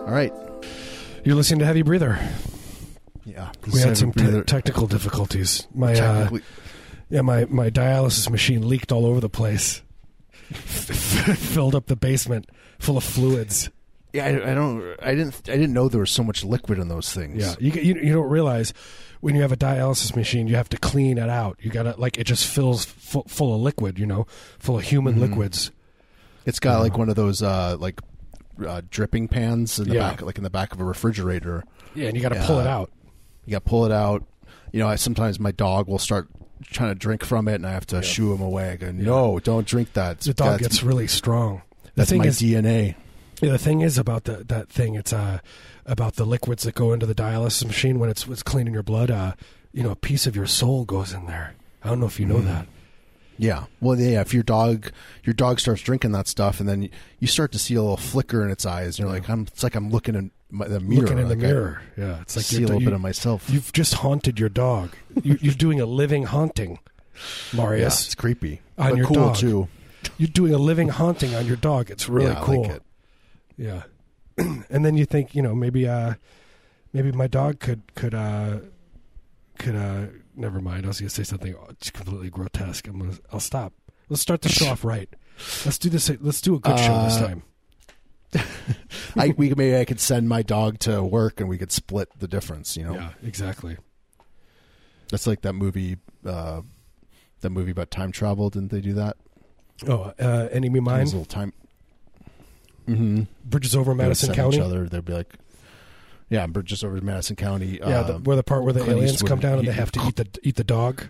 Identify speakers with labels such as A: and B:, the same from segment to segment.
A: All right.
B: You're listening to Heavy Breather.
A: Yeah.
B: We
A: Heavy
B: had some te-
A: breather.
B: technical difficulties. My uh,
A: Technically-
B: yeah, my, my dialysis machine leaked all over the place. Filled up the basement full of fluids.
A: yeah, I, I don't. I didn't. I didn't know there was so much liquid in those things.
B: Yeah, you, you you don't realize when you have a dialysis machine, you have to clean it out. You gotta like it just fills full, full of liquid, you know, full of human
A: Mm-hmm.
B: liquids.
A: It's got like one of those uh, like uh, dripping pans in the
B: Yeah.
A: back, like in the back of a refrigerator.
B: Yeah, and you gotta pull it
A: Yeah.
B: out.
A: You got to pull it out. You know, I sometimes my dog will start trying to drink from it, and I have to shoo him away. I go, no, don't drink that.
B: The dog
A: that's,
B: gets really strong. The
A: that's
B: thing
A: my
B: is,
A: DNA.
B: Yeah, the thing is about the, that thing. It's uh, about the liquids that go into the dialysis machine when it's, it's cleaning your blood. Uh, you know, a piece of your soul goes in there. I don't know if you
A: Mm.
B: know that.
A: Yeah. Well, yeah. If your dog, your dog starts drinking that stuff, and then you start to see a little flicker in its eyes, and you're like, I'm. It's like I'm looking in my, the mirror.
B: Looking in
A: like
B: the mirror. yeah, it's
A: I
B: like
A: see
B: you're-
A: a little
B: you-
A: bit of myself.
B: You've just haunted your dog. you, you're doing a living haunting,
A: yeah,
B: Marius.
A: it's creepy,
B: On
A: but
B: your
A: cool
B: dog.
A: too.
B: You're doing a living haunting on your dog. It's really
A: Yeah, I
B: cool.
A: like it.
B: Yeah. and then you think, you know, maybe uh maybe my dog could could uh could uh never mind. I was going to say something it's completely grotesque. I'm gonna, I'll stop. Let's start the show off right. Let's do this let's do a good show this
A: Uh,
B: time.
A: I, we maybe I could send my dog to work, and we could split the difference. You know,
B: Yeah, exactly.
A: that's like that movie. Uh, that movie about time travel. Didn't they do that?
B: Oh, uh enemy
A: It
B: mine.
A: was a little time. Mm-hmm.
B: Bridges over Madison
A: Each
B: County.
A: other, they'd be like, yeah, but just over to Madison County.
B: Yeah, the,
A: um,
B: where the part where the
A: Clint
B: aliens
A: Eastwood.
B: come down and
A: He-
B: they have to eat the eat the dog.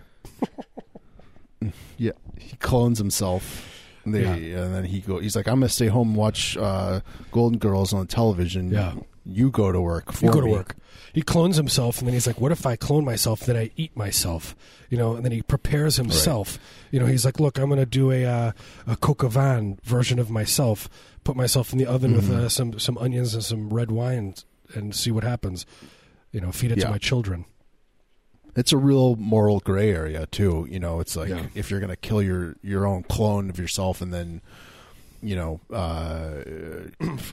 A: yeah, he clones himself. And, they,
B: Yeah.
A: and then he go. He's like, I'm gonna stay home and watch uh, Golden Girls on television.
B: Yeah.
A: you go to work. For
B: You go to
A: me."
B: work. He clones himself, and then he's like, "What if I clone myself? Then I eat myself." You know, and then he prepares himself. You know, he's like, "Look, I'm going to do a uh, a coq au vin version of myself. Put myself in the oven with
A: Mm-hmm.
B: uh, some some onions and some red wine, and see what happens." You know, feed it to
A: Yeah.
B: my children.
A: It's a real moral gray area too. You know, it's like
B: Yeah.
A: if you're gonna kill your your own clone of yourself, and then you know, uh,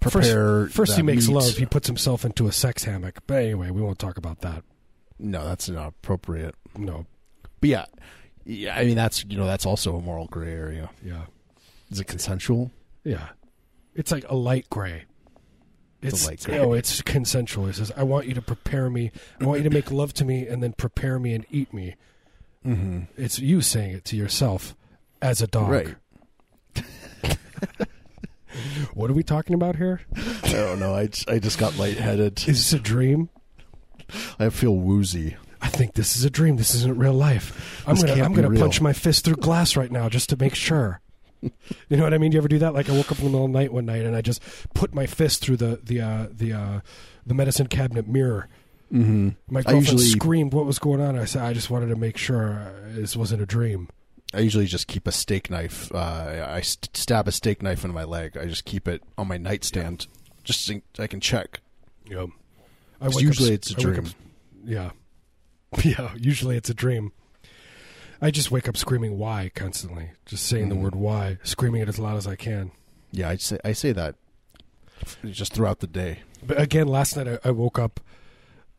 A: prepare.
B: First, first
A: that
B: he makes
A: meat.
B: love. He puts himself into a sex hammock. But anyway, we won't talk about that.
A: No, that's not appropriate.
B: No.
A: But yeah, yeah. I mean, that's you know, that's also a moral gray area.
B: Yeah.
A: Is it consensual?
B: Yeah. It's like a light gray. It's,
A: light gray.
B: No, it's consensual. It says, I want you to prepare me. I want you to make love to me and then prepare me and eat me. Mm-hmm. It's you saying it to yourself as a dog.
A: Right.
B: what are we talking about here?
A: I don't know. I, I just got lightheaded.
B: Is this a dream?
A: I feel woozy.
B: I think this is a dream. This isn't real life. I'm
A: This
B: gonna
A: can't
B: I'm
A: be
B: gonna
A: real.
B: punch my fist through glass right now just to make sure. you know what I mean? You ever do that? Like I woke up in the middle of the night one night and I just put my fist through the the uh, the uh, the medicine cabinet mirror. Mm-hmm. My
A: I
B: girlfriend
A: usually-
B: screamed, "What was going on?" I said, "I just wanted to make sure uh, this wasn't a dream."
A: I usually just keep a steak knife. Uh, I st- stab a steak knife in my leg. I just keep it on my nightstand, just so I can check.
B: Yep. I
A: 'Cause
B: wake up-
A: usually it's a
B: I wake
A: dream.
B: up- yeah, yeah. Usually it's a dream. I just wake up screaming "why" constantly, just saying the word "why," screaming it as loud as I can.
A: Yeah, I say I say that just throughout the day.
B: But again, last night I, I woke up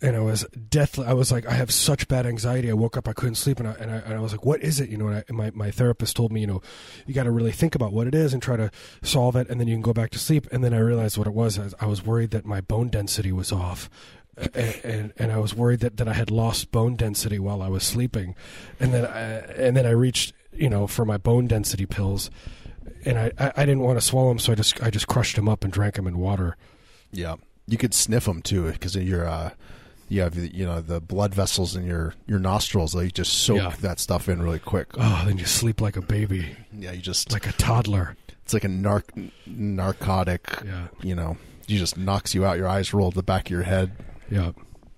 B: and I was deathly. I was like, I have such bad anxiety. I woke up, I couldn't sleep, and I and I, and I was like, what is it? You know, and, I, and my my therapist told me, you know, you got to really think about what it is and try to solve it, and then you can go back to sleep. And then I realized what it was. I, I was worried that my bone density was off. a- a- And, and I was worried that, that I had lost bone density while I was sleeping, and then I, and then I reached you know for my bone density pills, and I, I, I didn't want to swallow them, so I just I just crushed them up and drank them in water.
A: Yeah, you could sniff them too because your uh, you have you know the blood vessels in your your nostrils. They just soak
B: Yeah.
A: that stuff in really quick.
B: Oh, then you sleep like a baby,
A: Yeah, you just
B: like a toddler.
A: it's like a narc narcotic.
B: Yeah.
A: You know, you just knocks you out. Your eyes roll to the back of your head.
B: Yeah.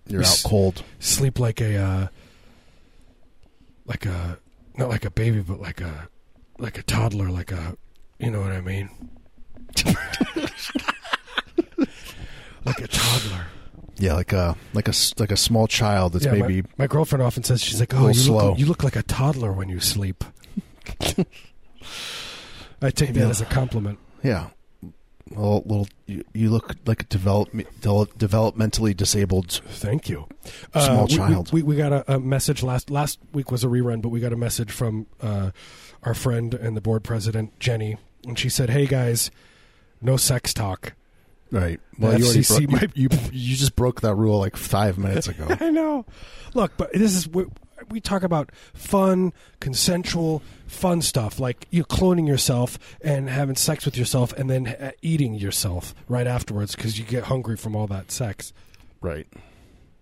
A: You're out
B: Yes.
A: cold.
B: Sleep like a uh like a not like a baby but like a like a toddler, like a you know what I mean? like a toddler.
A: Yeah, like a like a s- like a small child that's
B: Yeah, my-
A: maybe
B: my, girlfriend often says she's like, "Oh,
A: little
B: you
A: slow."
B: look, you look like a toddler when you sleep." I take that
A: Yeah.
B: as a compliment.
A: yeah. well, little you, you look like a develop, del- developmentally disabled.
B: Thank you. Uh,
A: Small
B: we- we-
A: child.
B: We, we, got a, a message last last week was a rerun, but we got a message from uh, our friend and the board president Jenny, and she said, "Hey guys, no sex talk."
A: Right.
B: The
A: Well, you already
B: FCC
A: broke,
B: might-
A: you, you you just broke that rule like five minutes ago.
B: I know. Look, but this is we, we talk about fun, consensual, fun stuff like you cloning yourself and having sex with yourself, and then uh, eating yourself right afterwards because you get hungry from all that sex.
A: right.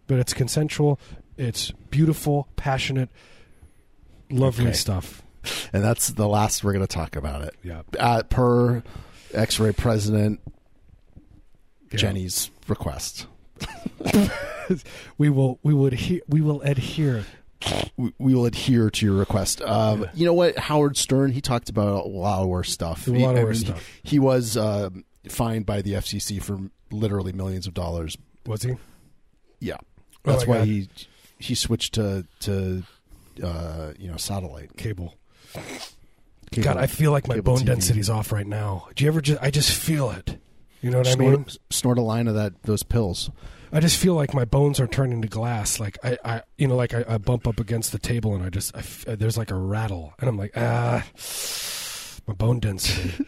B: but it's consensual. It's beautiful, passionate, lovely
A: Okay.
B: stuff.
A: And that's the last we're going to talk about it.
B: Yeah.
A: Uh, per X-ray president Jenny's request,
B: We will. We would. He- we will adhere.
A: we, we will adhere to your request. Um, You know what? Howard Stern he talked about a lot of worse stuff.
B: A lot of worse stuff.
A: He, he was um fined by the FCC for literally millions of dollars.
B: Was he?
A: Yeah,
B: Oh
A: that's
B: my
A: why
B: God.
A: he he switched to to uh, you know satellite.
B: Cable.
A: Cable.
B: God, I feel like my
A: Cable
B: bone
A: TV.
B: density's off right now. Do you ever just? I just feel it. You know what
A: snort,
B: I mean?
A: snort a line of that those pills.
B: I just feel like my bones are turning to glass. Like I, I you know, like I, I bump up against the table and I just, I f there's like a rattle, and I'm like, ah, my bone density.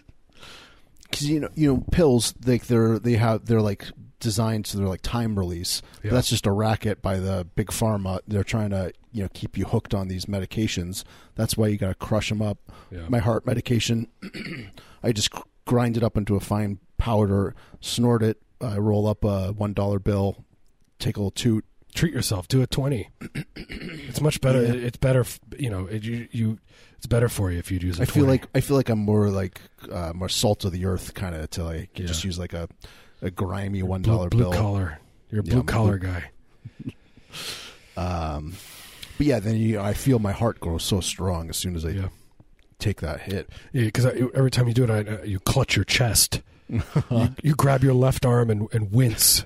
A: because you know you know pills like they're they have they're like designed so they're like time release
B: Yeah.
A: but that's just a racket by the big pharma they're trying to you know keep you hooked on these medications that's why you got to crush them up
B: Yeah.
A: my heart medication i just gr- grind it up into a fine powder snort it i roll up a one dollar bill take a little toot
B: treat yourself do a 20 it's much better
A: Yeah.
B: it's better f- you know it, you, you it's better for you if you use a
A: i feel
B: 20.
A: like i feel like i'm more like uh, more salt of the earth kind of to like
B: Yeah.
A: just use like a a grimy one
B: blue,
A: dollar
B: blue
A: bill
B: collar you're a
A: Yeah,
B: blue
A: I'm a
B: collar guy
A: Um, but yeah, then you, I feel my heart grow so strong as soon as I
B: yeah
A: take that hit.
B: because every time you do it I, I- you clutch your chest you, you grab your left arm and, and wince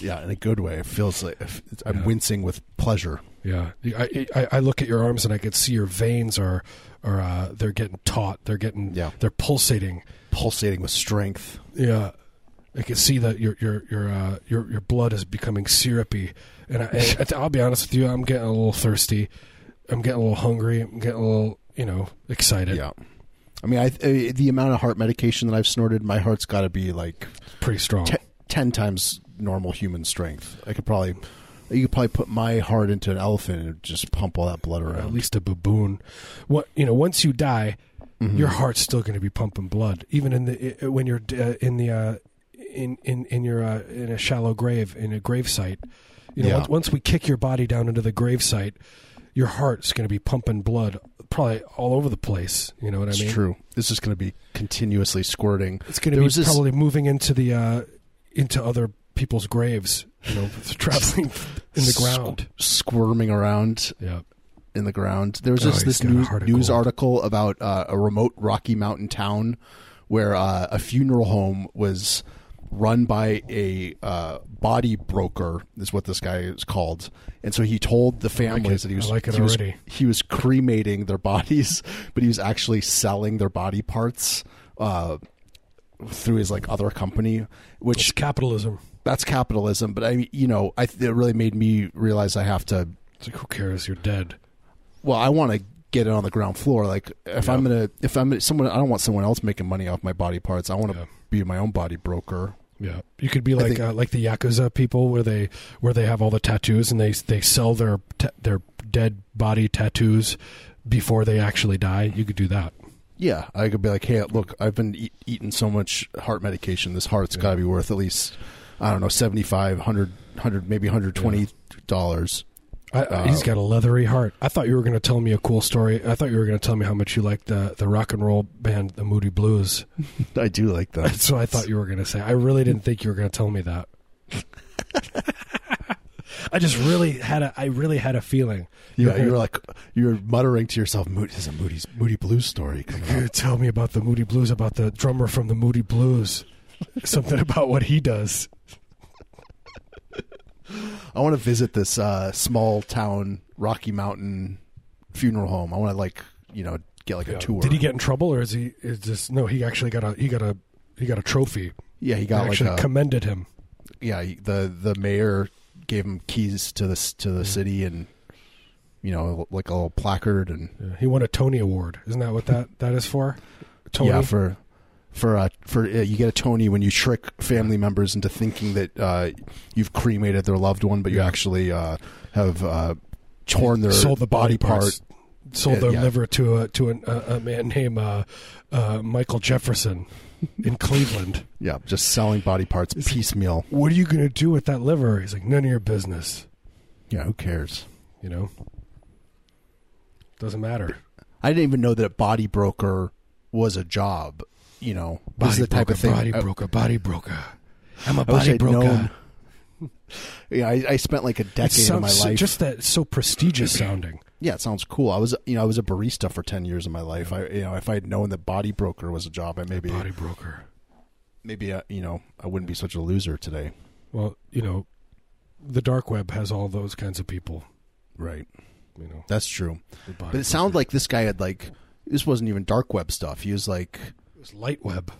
A: Yeah, in a good way. It feels like if- it's- I'm
B: Yeah.
A: wincing with pleasure.
B: yeah I, I, I look at your arms and i can see your veins are are uh, they're getting taut they're getting
A: Yeah.
B: they're pulsating
A: Pulsating with strength.
B: Yeah, I can see that your your your uh, your your blood is becoming syrupy, and I, and I'll be honest with you, I'm getting a little thirsty, I'm getting a little hungry, I'm getting a little you know excited.
A: Yeah. I mean, I, I the amount of heart medication that I've snorted, my heart's got to be like
B: pretty strong.
A: te- ten times normal human strength. I could probably, you could probably put my heart into an elephant and just pump all that blood
B: or at
A: around.
B: least a baboon. What you know, once you die,
A: Mm-hmm.
B: your heart's still going to be pumping blood, even in the i- when you're uh, in the uh, in in in your uh, in a shallow grave in a grave site. You know,
A: Yeah.
B: once, once we kick your body down into the grave site, your heart's going to be pumping blood probably all over the place. You know what I
A: It's
B: mean?
A: true. It's just going to be continuously squirting.
B: It's going to
A: There
B: be
A: was this-
B: probably moving into the uh, into other people's graves. You know, traveling in the ground.
A: Squ- squirming around.
B: Yeah.
A: in the ground. There was
B: Oh,
A: just
B: he's
A: this
B: got a
A: news,
B: heart of
A: news
B: gold.
A: article about uh, a remote Rocky Mountain town where uh, a funeral home was run by a uh, body broker, is what this guy is called. And so he told the families that
B: it.
A: he was,
B: I like it
A: he, was
B: already.
A: he was cremating their bodies, but he was actually selling their body parts. Uh, through his like other company, which
B: It's capitalism.
A: that's capitalism. But I, you know, I it really made me realize I have to
B: It's like who cares? You're dead.
A: well, I want to get it on the ground floor. Like if
B: Yeah.
A: I'm gonna, if I'm someone, I don't want someone else making money off my body parts. I want to
B: Yeah.
A: be my own body broker.
B: Yeah, you could be like
A: think-
B: uh, like the yakuza people, where they where they have all the tattoos and they they sell their ta- their dead body tattoos before they actually die. You could do that.
A: Yeah, I could be like, hey, look, I've been eat, eating so much heart medication. This heart's got to be worth at least, I don't know, 75, 100, 100 maybe hundred twenty dollars.
B: I,
A: Uh,
B: he's got a leathery heart. I thought you were going to tell me a cool story. I thought you were going to tell me how much you liked the the rock and roll band, the Moody Blues.
A: I do like that.
B: That's what I thought you were going to say. I really didn't think you were going to tell me that. I just really had a I really had a feeling.
A: Yeah,
B: gonna-
A: you're like, you're muttering to yourself, Moody, this is a Moody's Moody Blues story. coming
B: You
A: up."
B: tell me about the Moody Blues, about the drummer from the Moody Blues. Something about what he does.
A: I want to visit this uh, small town Rocky Mountain funeral home. I want to like, you know, get like a tour.
B: Did he get in trouble, or is he? Is this no? He actually got a he got a he got a trophy.
A: Yeah, he
B: They
A: got like
B: actually
A: a,
B: commended him.
A: yeah, he- the the mayor gave him keys to the s- to the city and you know like a little placard and
B: Yeah, He won a Tony Award. Isn't that what that, that is for? Tony.
A: yeah for for uh, for uh, you get a Tony when you trick family members into thinking that uh, you've cremated their loved one, but you
B: Yeah.
A: actually uh, have uh, torn their
B: sold the body, parts. Sold
A: Yeah,
B: their
A: yeah.
B: liver to a to an, a, a man named uh, uh, Michael Jefferson in Cleveland.
A: Yeah, just selling body parts piecemeal.
B: What are you going to do with that liver? He's like, none of your business.
A: Yeah, who cares?
B: You know, doesn't matter.
A: I didn't even know that body broker was a job. You know,
B: Body
A: this is the type
B: broker,
A: of thing.
B: Body
A: I-
B: broker. Body broker. I'm a
A: I wish
B: body
A: I'd
B: broker.
A: known. Yeah, I, I spent like a
B: It
A: decade of
B: sounds
A: my
B: so-
A: life.
B: just that it's so prestigious sounding.
A: yeah, it sounds cool. I was, you know, I was a barista for ten years of my life. I, you know, if I had known that body broker was a job, I maybe,
B: Body broker.
A: maybe, uh, you know, I wouldn't be such a loser today.
B: Well, you know, the dark web has all those kinds of people.
A: Right.
B: You know,
A: That's true.
B: the body
A: But it sounded like this guy had like this wasn't even dark web stuff. He was like,
B: It was light web,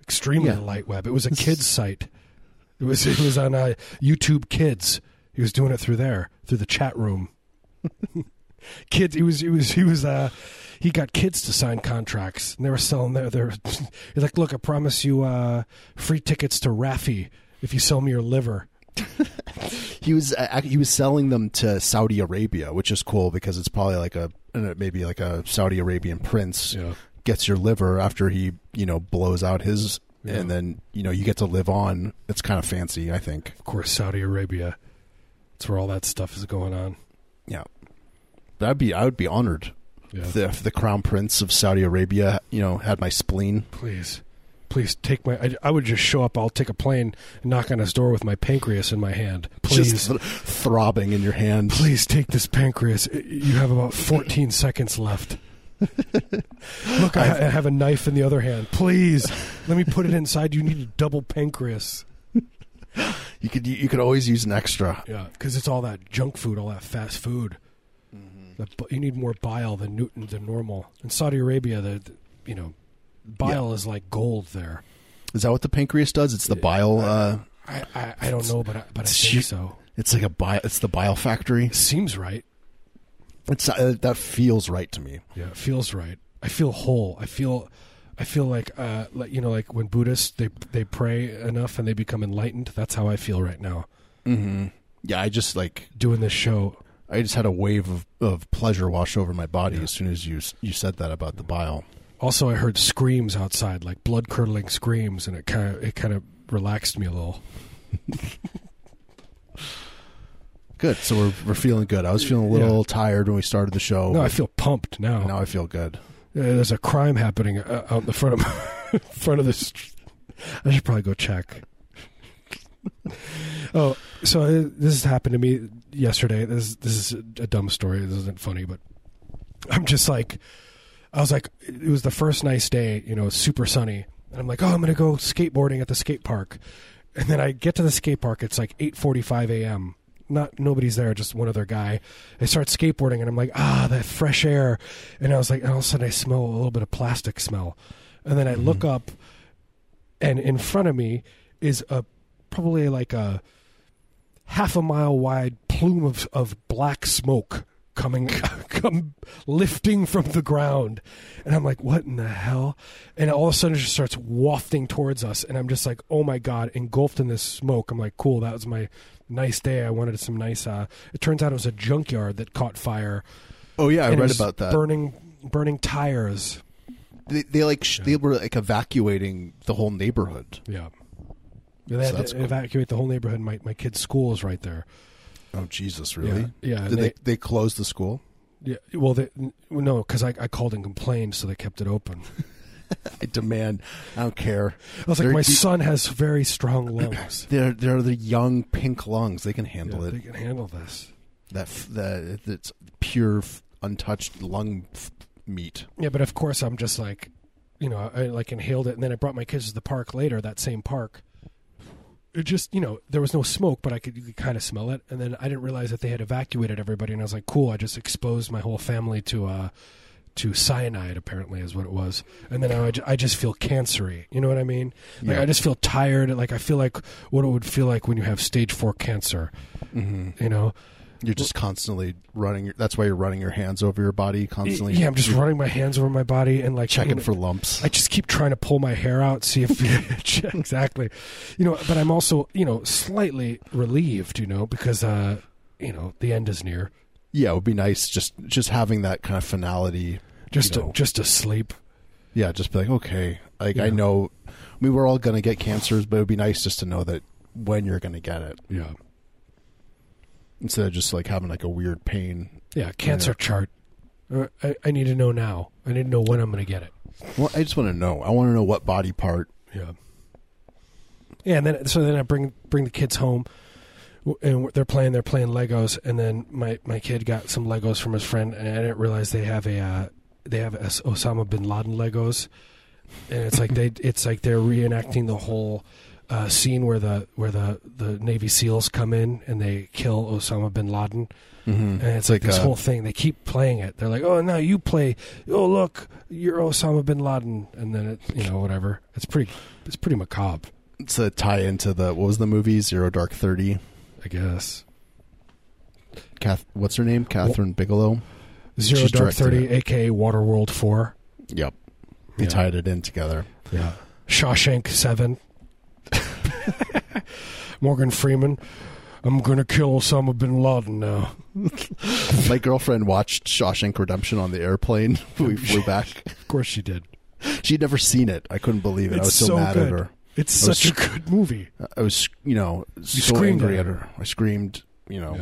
B: extremely
A: Yeah.
B: light web. It was a kids site. It was it was on uh, YouTube Kids. He was doing it through there, through the chat room. kids, he was he was he was uh, he got kids to sign contracts, and they were selling their their. He's like, look, I promise you, uh, free tickets to Rafi if you sell me your liver.
A: he was uh, he was selling them to Saudi Arabia, which is cool because it's probably like a I don't know, maybe like a Saudi Arabian prince
B: Yeah.
A: gets your liver after he you know blows out his,
B: Yeah.
A: and then you know you get to live on. It's kind of fancy, I think.
B: Of course, Saudi Arabia. That's where all that stuff is going on.
A: Yeah, but I'd be I would be honored
B: Yeah.
A: if, the, if the crown prince of Saudi Arabia you know had my spleen.
B: please please take my I, I would just show up i'll take a plane and knock on his door with my pancreas in my hand please
A: Just th- throbbing in your hand.
B: please take this pancreas I- you have about 14 seconds left look I, I have a knife in the other hand please let me put it inside you need a double pancreas
A: You could you could always use an extra.
B: yeah because it's all that junk food all that fast food
A: Mm-hmm.
B: That bu- you need more bile than newton than normal in saudi arabia the, the- you know bile is like gold there
A: Is that what the pancreas does? It's the bile. Uh,
B: I, I, I don't know but I, but I
A: Shoot.
B: think so
A: it's like a bile. It's the bile factory.
B: it seems right
A: It's uh, that feels right to me.
B: Yeah, it feels right. I feel whole. I feel, I feel like, uh, like you know, like when Buddhists they they pray enough and they become enlightened. That's how I feel right now
A: Yeah, I just like
B: doing this show.
A: I just had a wave of, of pleasure wash over my body as soon as you s- you said that about the bile.
B: Also, I heard screams outside, like blood curdling screams, and it kind of it kind of relaxed me a little.
A: Good. So we're we're feeling good. I was feeling a little tired when we started the show.
B: No, I feel pumped now.
A: now I feel good.
B: Uh, There's a crime happening uh, out in the front of in front of this. I should probably go check. oh, so uh, this happened to me yesterday. This this is a dumb story. This isn't funny, but I'm just like, I was like, it was the first nice day. You know, it's super sunny, and I'm like, oh, I'm gonna go skateboarding at the skate park, and then I get to the skate park. It's like 8:45 a.m. Not nobody's there, just one other guy. I start skateboarding, and I'm like, ah, that fresh air, and I was like, and all of a sudden I smell a little bit of plastic smell, and then I look up, and in front of me is a probably like a half a mile wide plume of, of black smoke coming come lifting from the ground and i'm like what in the hell and all of a sudden it just starts wafting towards us and i'm just like oh my god engulfed in this smoke i'm like cool that was my nice day i wanted some nice uh it turns out it was a junkyard that caught fire
A: Oh yeah, I
B: And it
A: read
B: was
A: about that.
B: burning burning tires
A: they, they like sh- they were like evacuating the whole neighborhood.
B: yeah they had
A: that's
B: to
A: cool.
B: evacuate the whole neighborhood my, my kid's school is right there
A: Oh Jesus, really?
B: Yeah, yeah,
A: Did they,
B: they-
A: they closed the school?
B: Yeah, well, they, n- no, because I, I called and complained, so they kept it open.
A: I demand. I don't care.
B: I was like,
A: They're
B: my
A: de-
B: son has very strong lungs.
A: They're they're the young pink lungs. They can handle
B: Yeah,
A: it.
B: they can handle this.
A: that f- that that's pure f- untouched lung f- meat.
B: Yeah, but of course, I'm just like, you know, I like inhaled it, and then I brought my kids to the park later, that same park. It just, you know, there was no smoke, but I could, you could kind of smell it. And then I didn't realize that they had evacuated everybody, and I was like, cool, I just exposed my whole family to uh, to cyanide apparently is what it was and then now I, ju- I just feel cancery you know what i mean like
A: Yeah.
B: i just feel tired like i feel like what it would feel like when you have stage four cancer you know
A: You're just constantly running. Your, that's why you're running your hands over your body constantly.
B: yeah i'm just
A: You're
B: running my hands over my body and like you
A: checking
B: know,
A: for lumps.
B: I just keep trying to pull my hair out, see if exactly, you know. But I'm also, you know, slightly relieved, you know, because uh, you know the end is near.
A: yeah, it would be nice just just having that kind of finality.
B: Just
A: You
B: to,
A: know.
B: just to sleep.
A: Yeah, just be like, okay, like
B: Yeah.
A: I know, I mean, we're all gonna get cancers, but it would be nice just to know that when you're gonna get it
B: Yeah,
A: instead of just like having like a weird pain.
B: yeah. Cancer chart. Uh, I, I need to know now. I need to know when I'm going to get it.
A: Well, I just want to know. I want to know what body part.
B: Yeah. Yeah, and then so then I bring bring the kids home, w- and they're playing they're playing Legos, and then my my kid got some Legos from his friend, and I didn't realize they have a uh, they have S- Osama bin Laden Legos, and it's like they it's like they're reenacting the whole. Uh, scene where the where the, the Navy SEALs come in and they kill Osama bin Laden,
A: Mm-hmm.
B: and it's like,
A: Like,
B: this
A: uh,
B: whole thing. They keep playing it. They're like, "Oh, now you play. Oh, look, you're Osama bin Laden." And then it, you know, whatever. It's pretty. It's pretty macabre,
A: To tie into the what was the movie Zero Dark Thirty?
B: I guess.
A: Kath, what's her name? Catherine Bigelow.
B: Zero
A: She's
B: Dark
A: directed
B: Thirty,
A: it.
B: aka Waterworld Four.
A: Yep, they
B: Yeah.
A: tied it in together.
B: Yeah. Shawshank Seven. Morgan Freeman. I'm gonna kill Osama bin Laden now.
A: My girlfriend watched Shawshank Redemption on the airplane. when we flew back.
B: Of course, she did.
A: She'd never seen it. I couldn't believe it. I was so, mad
B: good.
A: at her.
B: It's
A: I was-
B: such a good movie.
A: I was, you know, so
B: screamed
A: angry
B: at
A: at her. I screamed, you know,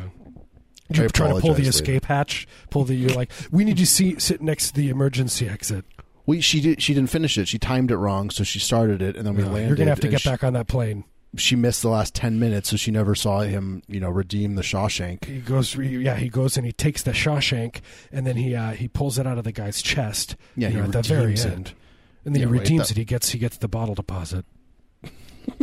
B: You
A: I
B: try to pull
A: apologize
B: the
A: later.
B: escape hatch. Pull the. You're like, we need you see sit next to the emergency exit.
A: we she did she didn't finish it. She timed it wrong, so she started it and then we landed.
B: You're gonna have to
A: and
B: get
A: she,
B: back on that plane.
A: She missed the last ten minutes, so she never saw him, you know, redeem the Shawshank.
B: He goes, yeah, he goes and he takes the Shawshank, and then he uh, he pulls it out of the guy's chest.
A: Yeah,
B: you
A: he
B: know, at the very
A: redeems it.
B: end, and then
A: Yeah,
B: he
A: right,
B: redeems
A: that-
B: it. He gets he gets the bottle deposit.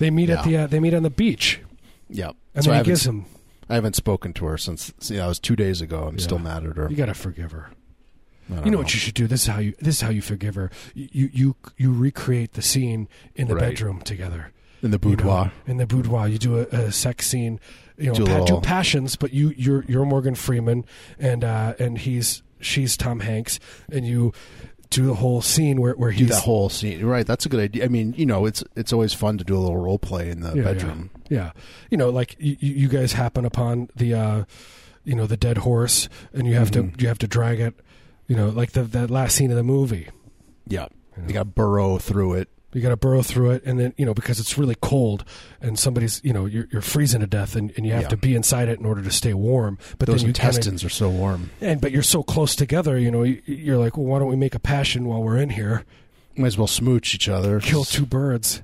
B: they meet at
A: Yeah.
B: the uh, they meet on the beach,
A: Yep.
B: and
A: so I
B: then he
A: haven't,
B: gives him.
A: I haven't spoken to her since. You know, it was two days ago. I'm
B: Yeah.
A: still mad at her.
B: You gotta forgive her.
A: I don't
B: You know, what you should do. This is how you this is how you forgive her. You you you, you recreate the scene in the
A: Right.
B: bedroom together.
A: in the boudoir.
B: you know, in the boudoir. You do a, a sex scene, you know,
A: Do a
B: pa-
A: little-
B: do passions, but you you're you're Morgan Freeman and uh, and he's she's Tom Hanks, and you do the whole scene where where
A: do
B: he's
A: that whole scene. Right, that's a good idea. I mean, you know, it's it's always fun to do a little role play in the
B: yeah,
A: bedroom.
B: Yeah, yeah. you know, like you, you you guys happen upon the uh, you know the dead horse, and you have
A: Mm-hmm.
B: to you have to drag it, you know, like the that last scene of the movie.
A: Yeah. You got to burrow through it.
B: You got to burrow through it, and then you know because it's really cold, and somebody's you know you're, you're freezing to death, and, and you have
A: Yeah.
B: to be inside it in order to stay warm. But
A: Those
B: then you kinda-
A: intestines are so warm.
B: and but you're so close together, you know, you- you're like, well, why don't we make a passion while we're in here?
A: Might as well smooch each other.
B: Kill two birds.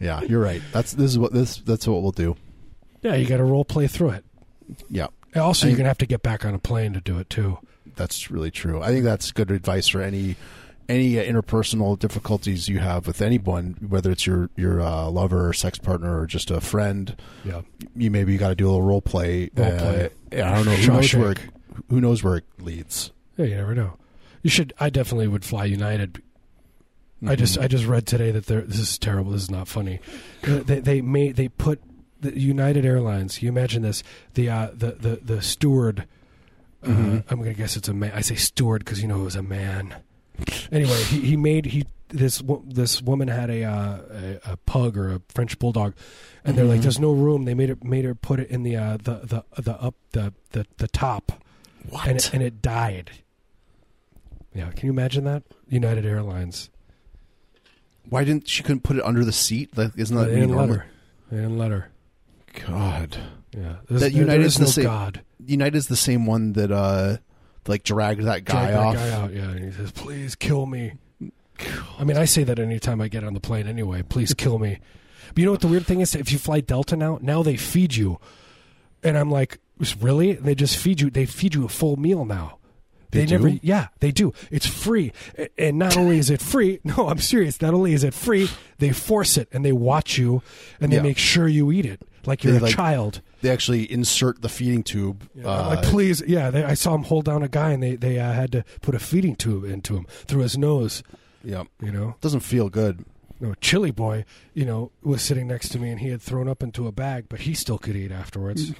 A: Yeah, you're right. That's this is what this that's what we'll do.
B: Yeah, you got to role play through it.
A: Yeah,
B: And Also,
A: I-
B: you're gonna have to get back on a plane to do it too.
A: that's really true. I think that's good advice for any any uh, interpersonal difficulties you have with anyone, whether it's your your uh, lover or sex partner or just a friend.
B: Yeah,
A: You maybe you got to do a little role play.
B: Role
A: uh,
B: play.
A: yeah, I don't know who knows
B: Shawshank.
A: where it, who knows where it leads.
B: yeah, you never know. You should. I definitely would fly United. I just I just read today that they're this is terrible. This is not funny. Uh, they they made they put the United Airlines. You imagine this the uh, the the the steward. Uh, I'm gonna guess it's a man. I say steward because you know it was a man. Anyway, he, he made he this wo- this woman had a, uh, a a pug or a French bulldog, and they're like, "There's no room." They made it made her put it in the uh, the the the up the the, the top,
A: What?
B: and it, and it died. Yeah, can you imagine that United Airlines?
A: Why didn't she couldn't put it under the seat? Like, isn't that
B: they didn't let
A: normal?
B: her. They didn't let her.
A: God,
B: Yeah, There's-
A: That
B: there- there
A: United's
B: is
A: the
B: no
A: same-
B: God.
A: United's the same one that uh like dragged that guy
B: Drag that
A: off.
B: guy out. Yeah, and he says, "Please kill me." I mean, I say that anytime I get on the plane. Anyway, please kill me. But you know what the weird thing is? If you fly Delta now, now they feed you, and I'm like, really? They just feed you. They feed you a full meal now.
A: They do?
B: never. Yeah, they do. It's free, A- and not only is it free. No, I'm serious. Not only is it free, they force it, and they watch you, and they
A: Yeah.
B: make sure you eat it like you're
A: They,
B: a
A: like,
B: child.
A: they actually insert the feeding tube. uh,
B: Yeah, I'm like, please, yeah. They, I saw him hold down a guy, and they they uh, had to put a feeding tube into him through his nose.
A: yeah,
B: You know,
A: doesn't feel good.
B: no, Chili Boy, you know, was sitting next to me, and he had thrown up into a bag, but he still could eat afterwards.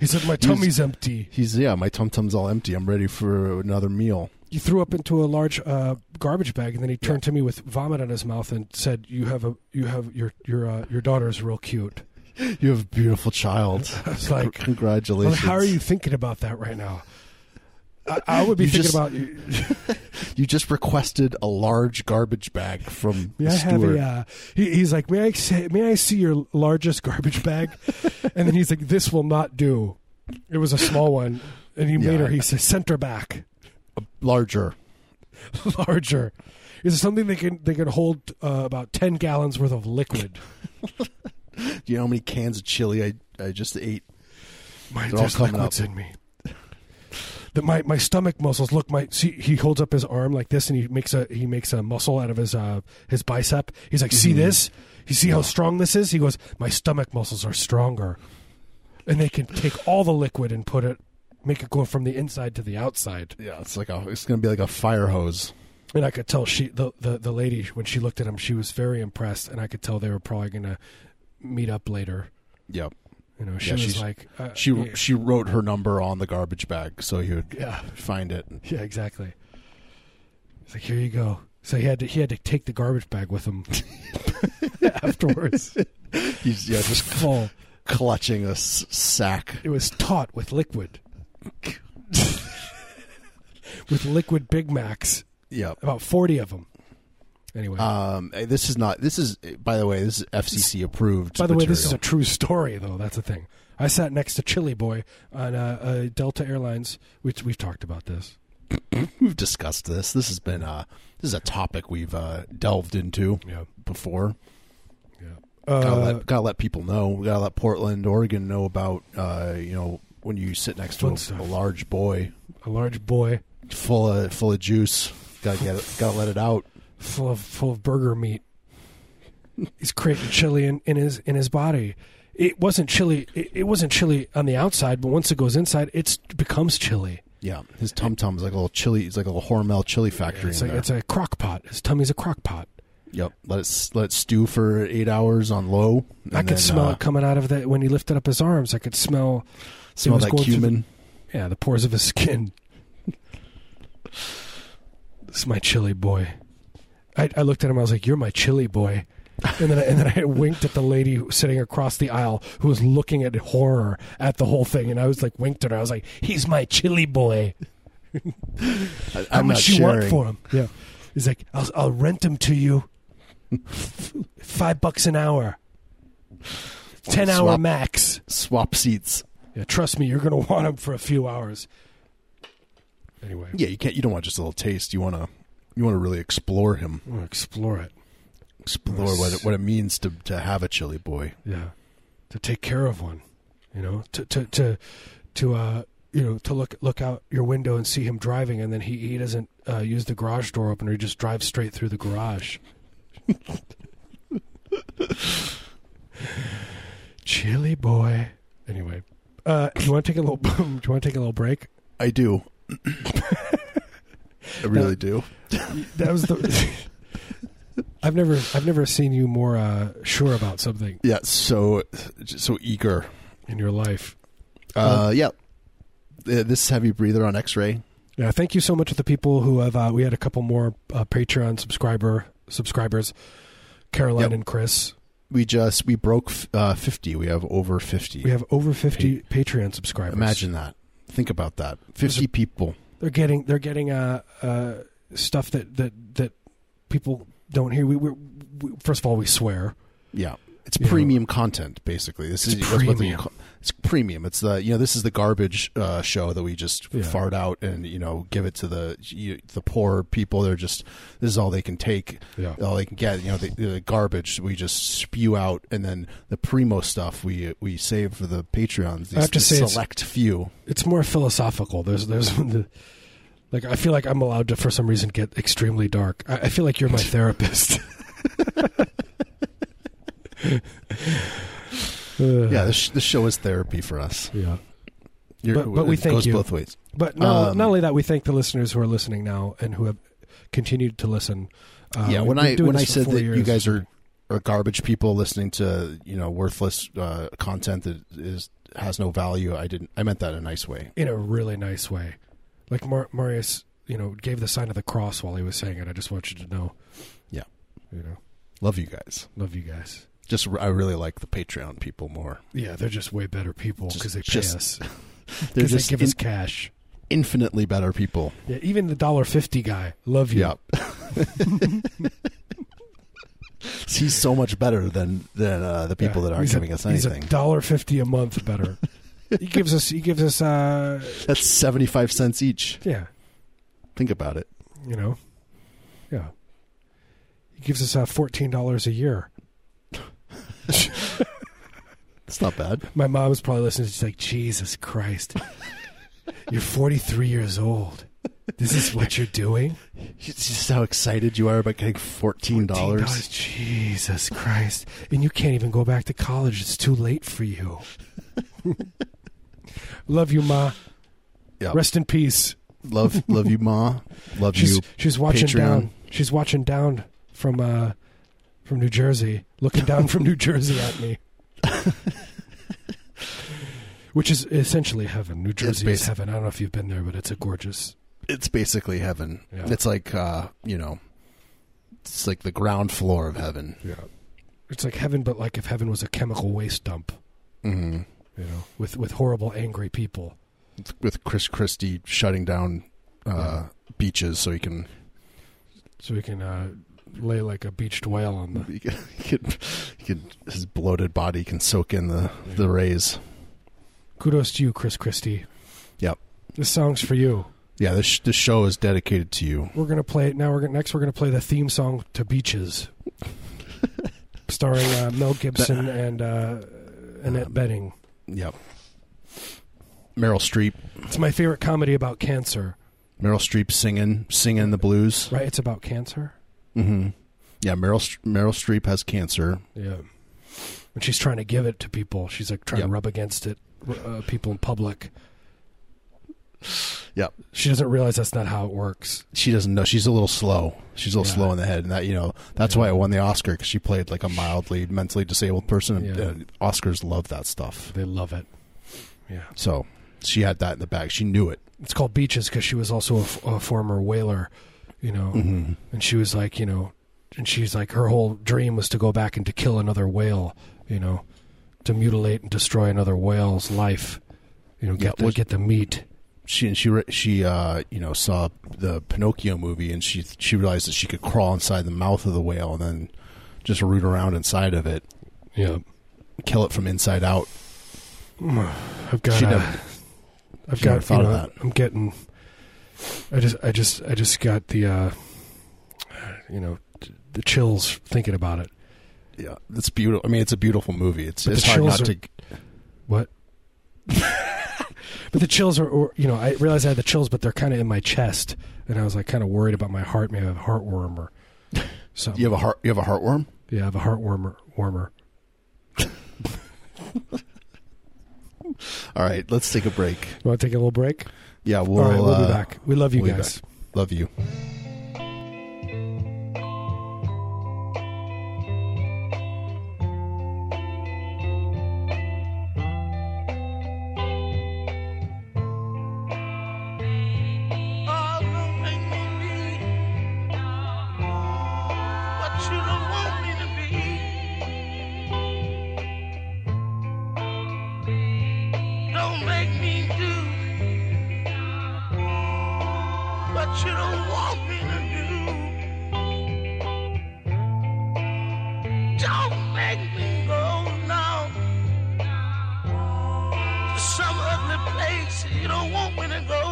B: he said, "My tummy's empty."
A: He's yeah, my tum tum's all empty. I'm ready for another meal.
B: He threw up into a large uh, garbage bag, and then he turned to me with vomit on his mouth and said, "You have a, you have your your uh, your daughter's real cute."
A: You have a beautiful child.
B: I was like,
A: Congratulations.
B: well, "How are you thinking about that right now?" I, I would be
A: You
B: thinking
A: just-
B: about
A: You just requested a large garbage bag from
B: May
A: the
B: I have
A: steward.
B: a? Uh, he, he's like, may I say, may I see your largest garbage bag? and then he's like, this will not do. It was a small one, and he made
A: Yeah.
B: her. He says, sent her back
A: larger.
B: larger. Is it something they can they can hold uh, about ten gallons worth of liquid?
A: You know how many cans of chili I, I just ate?
B: My,
A: They're all
B: there's
A: coming
B: liquids
A: up.
B: in me. The, my my stomach muscles look my see he holds up his arm like this and he makes a he makes a muscle out of his uh his bicep he's like
A: Mm-hmm.
B: see this you see how strong this is he goes my stomach muscles are stronger and they can take all the liquid and put it make it go from the inside to the outside
A: Yeah, it's like a, it's gonna be like a fire hose.
B: and I could tell she the, the the lady when she looked at him she was very impressed and I could tell they were probably gonna meet up later
A: Yep.
B: you know she
A: Yeah,
B: was
A: she's-
B: like uh,
A: She
B: yeah,
A: she wrote her number on the garbage bag so he would
B: yeah.
A: find it.
B: Yeah, exactly. He's like, here you go. So he had to he had to take the garbage bag with him afterwards.
A: He's yeah, just
B: Full.
A: clutching a s- sack.
B: It was taut with liquid. with liquid Big Macs,
A: Yep.
B: about forty of them. Anyway,
A: Um, eh, this is not. This is by the way. This is FCC approved.
B: by the way, this is a
A: material.
B: true story, though. That's the thing. I sat next to Chili Boy on uh, uh, Delta Airlines. We, we've talked about this.
A: we've discussed this. This has been uh this is a topic we've uh, delved into
B: Yeah,
A: before.
B: yeah.
A: Gotta,
B: Uh,
A: let, gotta let people know. We gotta let Portland, Oregon, know about uh, you know when you sit next to
B: Fun
A: a,
B: stuff.
A: a large boy
B: a large boy
A: full of full of juice. Gotta get it. Gotta let it out.
B: full of full of burger meat. He's creating chili in, in his in his body. It wasn't chili. It, it wasn't chili on the outside, but once it goes inside, it becomes chili.
A: Yeah, his tum tum is like a little chili. It's like a little Hormel chili factory.
B: It's
A: in
B: like
A: there.
B: it's a crock pot. His tummy's a crock pot.
A: Yep. Let it s- let it stew for eight hours on low. and
B: I could
A: then,
B: smell
A: uh,
B: it coming out of that when he lifted up his arms. I could smell
A: Smell
B: was
A: that
B: going through
A: cumin.
B: yeah the pores of his skin. this is my chili boy. I, I looked at him. I was like, "You're my chili boy," and then I, and then I winked at the lady who- sitting across the aisle who was looking at horror at the whole thing, and I was like, winked at her. I was like, "He's my chili boy."
A: I,
B: How
A: I'm
B: much
A: not
B: you
A: sharing.
B: want for him? Yeah. He's like, "I'll I'll rent him to you, five bucks an hour, ten hour
A: Swap.
B: max."
A: Swap seats.
B: Yeah, trust me, you're gonna want him for a few hours. Anyway,
A: Yeah, you can't. You don't want just a little taste. You want to. You want to really explore him.
B: I'm gonna explore it.
A: Explore what it, what it means to to have a chili boy.
B: Yeah, to take care of one, you know, to to to to uh, you know, to look look out your window and see him driving, and then he he doesn't uh, use the garage door opener; he just drives straight through the garage. Chilly boy. Anyway, uh, you want to take a little? do you want to take a little break?
A: I do. I really
B: That-
A: do.
B: That was the. I've never, I've never seen you more uh, sure about something
A: Yeah. So so eager.
B: in your life.
A: Uh, yeah. Uh, This heavy breather on X-ray.
B: Yeah, thank you so much to the people who have. Uh, we had a couple more uh, Patreon subscriber subscribers, Caroline
A: Yep.
B: and Chris.
A: We just we broke uh, fifty. We have over fifty.
B: We have over fifty Patreon subscribers.
A: Imagine that. Think about that. Fifty people.
B: they're getting they're getting uh, uh, stuff that that that people don't hear. We, we, we first of all we swear.
A: Yeah. It's
B: You know,
A: premium content, basically. This
B: it's
A: is that's what they
B: premium.
A: call- it's premium. It's the you know this is the garbage uh, show that we just
B: Yeah.
A: fart out and you know give it to the you, the poor people. They're just this is all they can take,
B: Yeah.
A: all they can get. You know the, the garbage we just spew out, and then the primo stuff we we save for the patreons. These,
B: I have to
A: the
B: say it's-
A: select few.
B: it's more philosophical. There's there's the, like I feel like I'm allowed to for some reason get extremely dark. I, I feel like you're my therapist.
A: yeah, this, sh- this show is therapy for us.
B: yeah.
A: You're,
B: But- but we
A: it
B: thank
A: goes
B: you.
A: both ways.
B: But not,
A: Um,
B: not only that, we thank the listeners who are listening now and who have continued to listen. Uh,
A: yeah,
B: we've
A: when
B: been
A: I
B: doing
A: when I
B: this for
A: said
B: four
A: that you
B: years.
A: guys are are garbage people listening to you know worthless uh, content that is has no value, I didn't. I meant that in a nice way.
B: in a really nice way, like Mar- Marius, you know, gave the sign of the cross while he was saying it. I just want you to know.
A: Yeah.
B: you know,
A: Love you guys.
B: love you guys.
A: Just I really like the Patreon people more.
B: Yeah, they're just way better people
A: Just-
B: because they pay
A: just-
B: us.
A: They're
B: 'Cause they
A: just
B: give us
A: in-
B: cash.
A: infinitely better people.
B: Yeah, even the dollar fifty guy, love you.
A: Yeah. He's so much better than than uh, the people
B: Yeah,
A: that aren't
B: he's a-
A: giving us anything.
B: He's a dollar fifty a month better. he gives us. He gives us. Uh,
A: That's seventy five cents each.
B: yeah,
A: Think about it.
B: you know, yeah. He gives us uh, fourteen dollars a year.
A: It's not bad.
B: My mom is probably listening. She's like, Jesus Christ, you're 43 years old. This is what you're doing.
A: It's just how excited you are about getting fourteen dollars.
B: Jesus Christ, and you can't even go back to college. It's too late for you. Love you, ma.
A: Yeah.
B: Rest in peace.
A: Love love you, Ma. Love
B: She's
A: you.
B: she's watching
A: Patreon.
B: down. She's watching down from uh from New Jersey, looking down from New Jersey at me. Which is essentially heaven. New Jersey is
A: basi-
B: heaven. I don't know if you've been there, but it's a gorgeous.
A: It's basically heaven.
B: Yeah.
A: It's like uh, you know it's like the ground floor of heaven.
B: Yeah. It's like heaven, but like if heaven was a chemical waste dump,
A: Mm-hmm.
B: you know, with with horrible, angry people.
A: With Chris Christie shutting down uh,
B: Yeah.
A: beaches so he can
B: So we can uh, lay like a beached whale on the.
A: he can, he can, he can his bloated body can soak in the the rays.
B: Kudos to you, Chris Christie.
A: Yep.
B: This song's for you.
A: Yeah, this sh- this show is dedicated to you.
B: We're gonna play it now. We're gonna, next. We're gonna play the theme song to Beaches, starring uh, Mel Gibson and uh, Annette
A: Um,
B: Bening.
A: Yep. Meryl Streep,
B: It's my favorite comedy about cancer.
A: Meryl Streep singing singing the blues.
B: Right? It's about cancer.
A: Mm-hmm. Yeah, Meryl St- Meryl Streep has cancer.
B: Yeah. And she's trying to give it to people. She's like trying to
A: Yep.
B: rub against it, r- uh, people in public.
A: Yep.
B: She doesn't realize that's not how it works.
A: She doesn't know. She's a little slow. She's a little
B: Yeah.
A: slow in the head, and that you know that's
B: Yeah.
A: why I won the Oscar because she played like a mildly mentally disabled person. And
B: Yeah.
A: uh, Oscars love that stuff.
B: They love it. Yeah.
A: So she had that in the bag. She knew it.
B: It's called Beaches because she was also a, f- a former whaler, you know.
A: Mm-hmm.
B: and she was like, you know, and she's like, her whole dream was to go back and to kill another whale, you know, to mutilate and destroy another whale's life, you know, get
A: Yeah,
B: the,
A: was-
B: get the meat.
A: she and she re- she uh you know saw the Pinocchio movie and she she realized that she could crawl inside the mouth of the whale and then just root around inside of it,
B: Yeah,
A: kill it from inside out.
B: I've got.
A: She
B: uh,
A: never-
B: I've
A: she
B: got.
A: never thought
B: you
A: of
B: know,
A: that.
B: I'm getting. I just, I just, I just got the, uh, you know, t- the chills thinking about it.
A: Yeah, it's beautiful. I mean, it's a beautiful movie. It's
B: But
A: it's
B: the
A: hard not
B: chills are-
A: to.
B: What? but the chills are, or, you know, I realized I had the chills, but they're kind of in my chest, and I was like kind of worried about my heart. Maybe I have a heartworm or something.
A: You have a heart. You have a heartworm.
B: Yeah, I have a heart warmer. Warmer.
A: All right, let's take a break.
B: You want to take a little break?
A: Yeah, we'll,
B: All right, we'll
A: uh,
B: be back. We love you
A: we'll be
B: guys.
A: Love you.
C: Oh, don't make me be what you don't want me to be. Don't make me do what you don't want me to do. Don't make me go now to some other place you don't want me to go.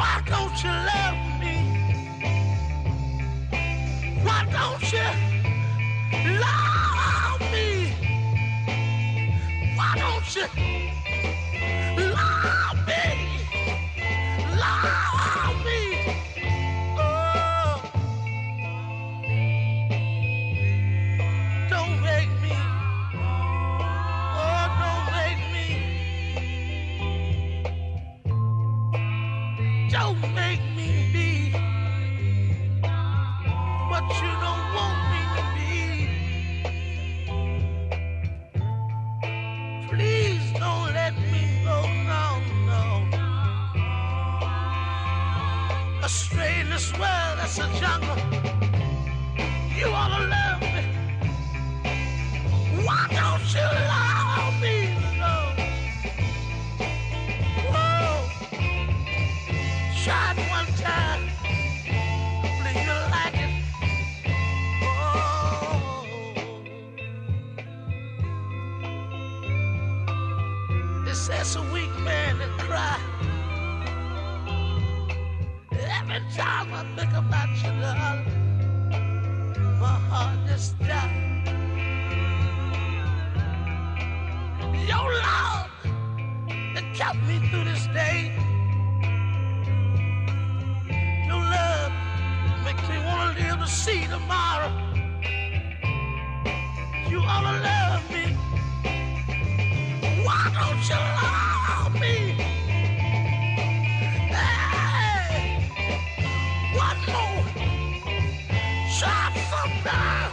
C: Why don't you love me? Why don't you love me? Why don't you love me? Love me. Oh. Oh, Don't make me don't want me to be. Please don't let me go, no, no. Astray in this world, that's a jungle. You ought to love me. Why don't you love me? No. Whoa shot one time. Hopefully you like it. Oh. It says a weak man that cry. Every time I think about you, darling, my heart just dies. Your love that kept me through this day. Your love makes me want to live to see tomorrow. You ought to love me. Why don't you love me? Hey, one more shot sometime.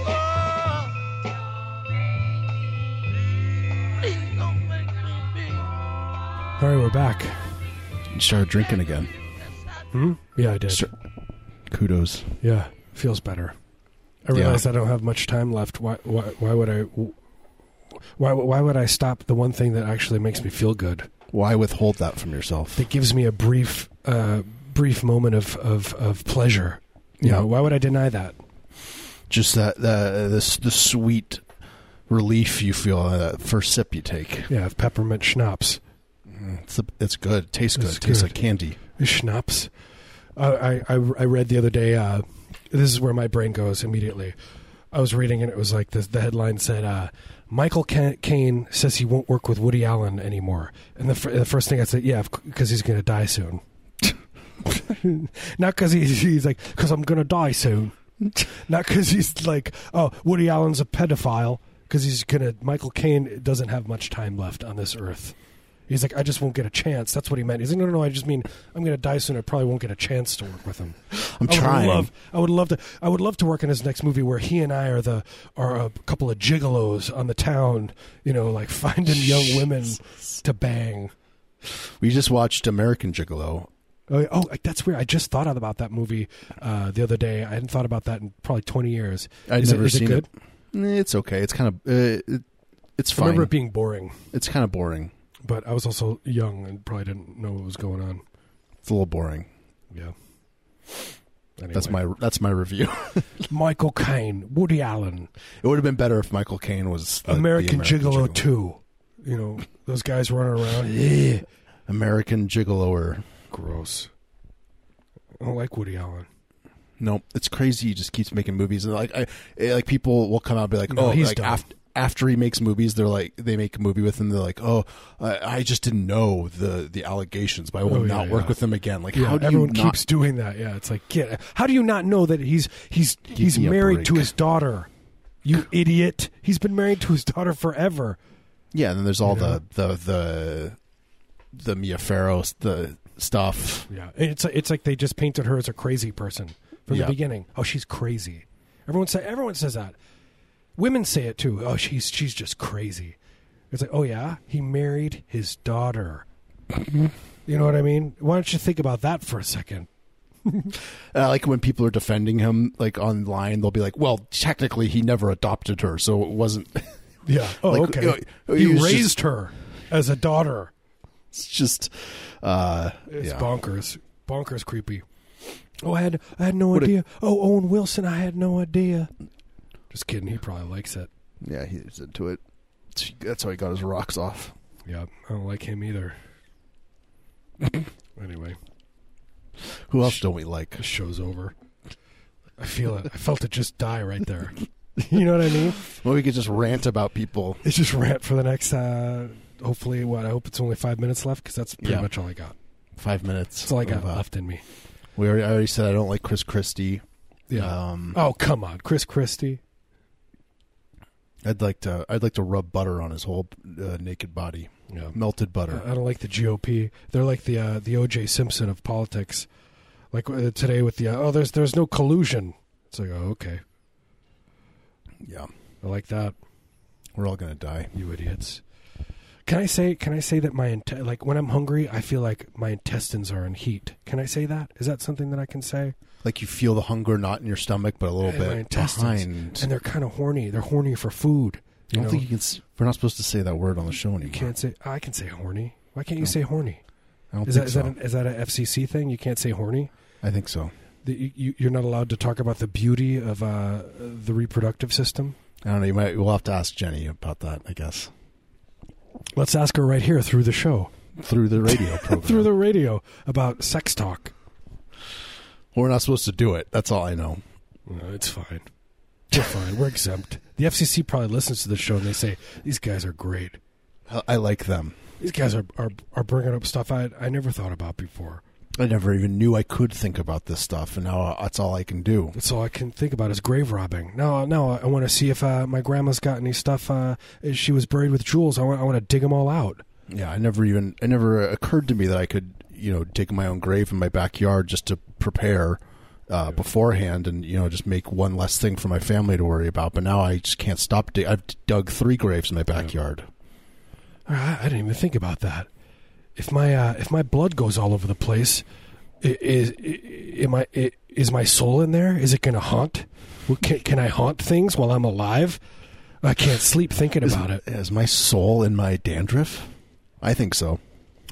C: Oh, please don't make me be.
B: All right, we're back.
A: You started drinking again.
B: Yeah, I did.
A: Sir- Kudos.
B: Yeah, feels better. I
A: Yeah.
B: realize I don't have much time left. Why? Why, why would I? Why, why would I stop the one thing that actually makes me feel good?
A: Why withhold that from yourself?
B: That gives me a brief, uh, brief moment of of, of pleasure. You
A: Yeah.
B: know, why would I deny that?
A: Just that the the, the sweet relief you feel on that first sip you take.
B: Yeah, of peppermint schnapps.
A: It's, it's good. Tastes good.
B: It's
A: Tastes
B: good.
A: like candy.
B: Schnapps. I, I, I I read the other day. Uh, this is where my brain goes immediately. I was reading and it was like this, the headline said uh, Michael Ca- Caine says he won't work with Woody Allen anymore. And the, fir- the first thing I said, yeah, because he's going to die soon. Not because he's, he's like, because I'm going to die soon. Not because he's like, oh, Woody Allen's a pedophile. Because he's going to, Michael Caine doesn't have much time left on this earth. He's like, I just won't get a chance. That's what he meant. He's like, no, no, no. I just mean I'm going to die soon. I probably won't get a chance to work with him.
A: I'm
B: Oh, I would
A: trying.
B: Love, I would love to. I would love to work in his next movie where he and I are the are a couple of gigolos on the town. You know, like finding young women to bang.
A: We just watched American Gigolo.
B: Oh, oh, that's weird. I just thought about that movie uh, the other day. I hadn't thought about that in probably twenty years.
A: I'd
B: is
A: never
B: it, is
A: seen
B: it good?
A: it. Eh, It's okay. It's kind of uh, it, it's
B: I
A: fine.
B: remember it being boring,
A: it's kind of boring.
B: but I was also young and probably didn't know what was going on.
A: It's a little boring.
B: Yeah.
A: That's
B: Anyway.
A: my that's my review.
B: Michael Caine, Woody Allen.
A: it would have been better if Michael Caine was Uh, the, the
B: American, Gigolo,
A: Gigolo.
B: 2. You know, those guys running around.
A: American Gigoloer.
B: Gross. I don't like Woody Allen.
A: No, it's crazy. He just keeps making movies, and like I, eh, like people will come out and be like,
B: No,
A: "Oh,
B: he's
A: like
B: dumb.
A: after after he makes movies, they're like they make a movie with him. They're like, "Oh, I, I just didn't know the the allegations, but I will
B: Oh, yeah,
A: not work
B: yeah.
A: with him again." Like,
B: Yeah,
A: how do
B: everyone
A: you not?
B: keeps doing that. Yeah, it's like, get, how do you not know that he's he's he's
A: me a
B: married to
A: break.
B: his daughter? You idiot! He's been married to his daughter forever.
A: Yeah, and then there's all
B: You know?
A: the the the the Mia Farrow s- the stuff.
B: Yeah, it's it's like they just painted her as a crazy person from
A: Yeah.
B: the beginning. Oh, she's crazy. Everyone say everyone says that. Women say it too. Oh, she's she's just crazy. It's like, oh yeah, he married his daughter. you know what I mean? Why don't you think about that for a second?
A: Uh, like when people are defending him, like online, they'll be like, "Well, technically, he never adopted her, so it wasn't."
B: Yeah. Oh,
A: Like,
B: okay.
A: you know, he
B: he
A: was
B: raised
A: just-
B: her as a daughter.
A: it's just, uh,
B: It's
A: yeah.
B: bonkers. Bonkers creepy. Oh, I had I had no
A: What a-
B: idea. oh, Owen Wilson, I had no idea. Just kidding. He probably likes it.
A: Yeah, he's into it. That's how he got his rocks off.
B: Yeah, I don't like him either. anyway,
A: Who else don't we like?
B: this show's over. I feel it. I felt it just die right there. You know what I mean?
A: Well, we could just rant about people.
B: It's just rant for the next. Uh, hopefully, what I hope it's only five minutes left because that's pretty
A: Yeah.
B: much all I got.
A: Five minutes.
B: That's all I got
A: of, uh,
B: left in me.
A: We already, I already said I don't like Chris Christie.
B: Yeah.
A: Um,
B: oh come on, Chris Christie.
A: I'd like to. I'd like to rub butter on his whole uh, naked body,
B: Yeah.
A: melted butter.
B: I I don't like the GOP. They're like the uh, the O.J. Simpson of politics. Like uh, today with the uh, oh, there's there's no collusion. It's like, oh, okay.
A: Yeah,
B: I like that.
A: we're all gonna die.
B: You idiots. Can I say? Can I say that my inte- like when I'm hungry, I feel like my intestines are in heat. Can I say that? Is that something that I can say?
A: Like you feel the hunger not in your stomach, but a little
B: And my
A: bit
B: intestines,
A: behind.
B: and they're kind of horny. They're horny for food.
A: I
B: You
A: don't
B: know?
A: think you can. s- We're not supposed to say that word on the show anymore.
B: You can't say. I can say horny. Why can't you say horny?
A: I don't
B: Is
A: think
B: that is
A: so.
B: that an, is that a FCC thing? You can't say horny.
A: I think so.
B: That you, you, you're not allowed to talk about the beauty of uh, the reproductive system.
A: I don't know. You might. We'll have to ask Jenny about that. I guess
B: Let's ask her right here through the show,
A: through the radio program.
B: through the radio about sex talk.
A: we're not supposed to do it. That's all I know.
B: No, it's fine. We're fine. We're exempt. The FCC probably listens to the show and they say these guys are great.
A: I- I like them.
B: These guys are are, are bringing up stuff I I never thought about before.
A: I never even knew I could think about this stuff, and now that's all I can do.
B: That's all I can think about is grave robbing. No, no, I, I want to see if uh, my grandma's got any stuff. Uh, she was buried with jewels. I want I want to dig them all out.
A: Yeah, I never even it never occurred to me that I could you know dig my own grave in my backyard just to prepare uh, beforehand and you know just make one less thing for my family to worry about. But now I just can't stop. Dig- I've dug three graves in my backyard.
B: I, I didn't even think about that. If my uh, if my blood goes all over the place, i- is i- am I i- is my soul in there? Is it going to haunt? Well, Can, can I haunt things while I'm alive? I can't sleep thinking about it.
A: Is my soul in my dandruff? I think so.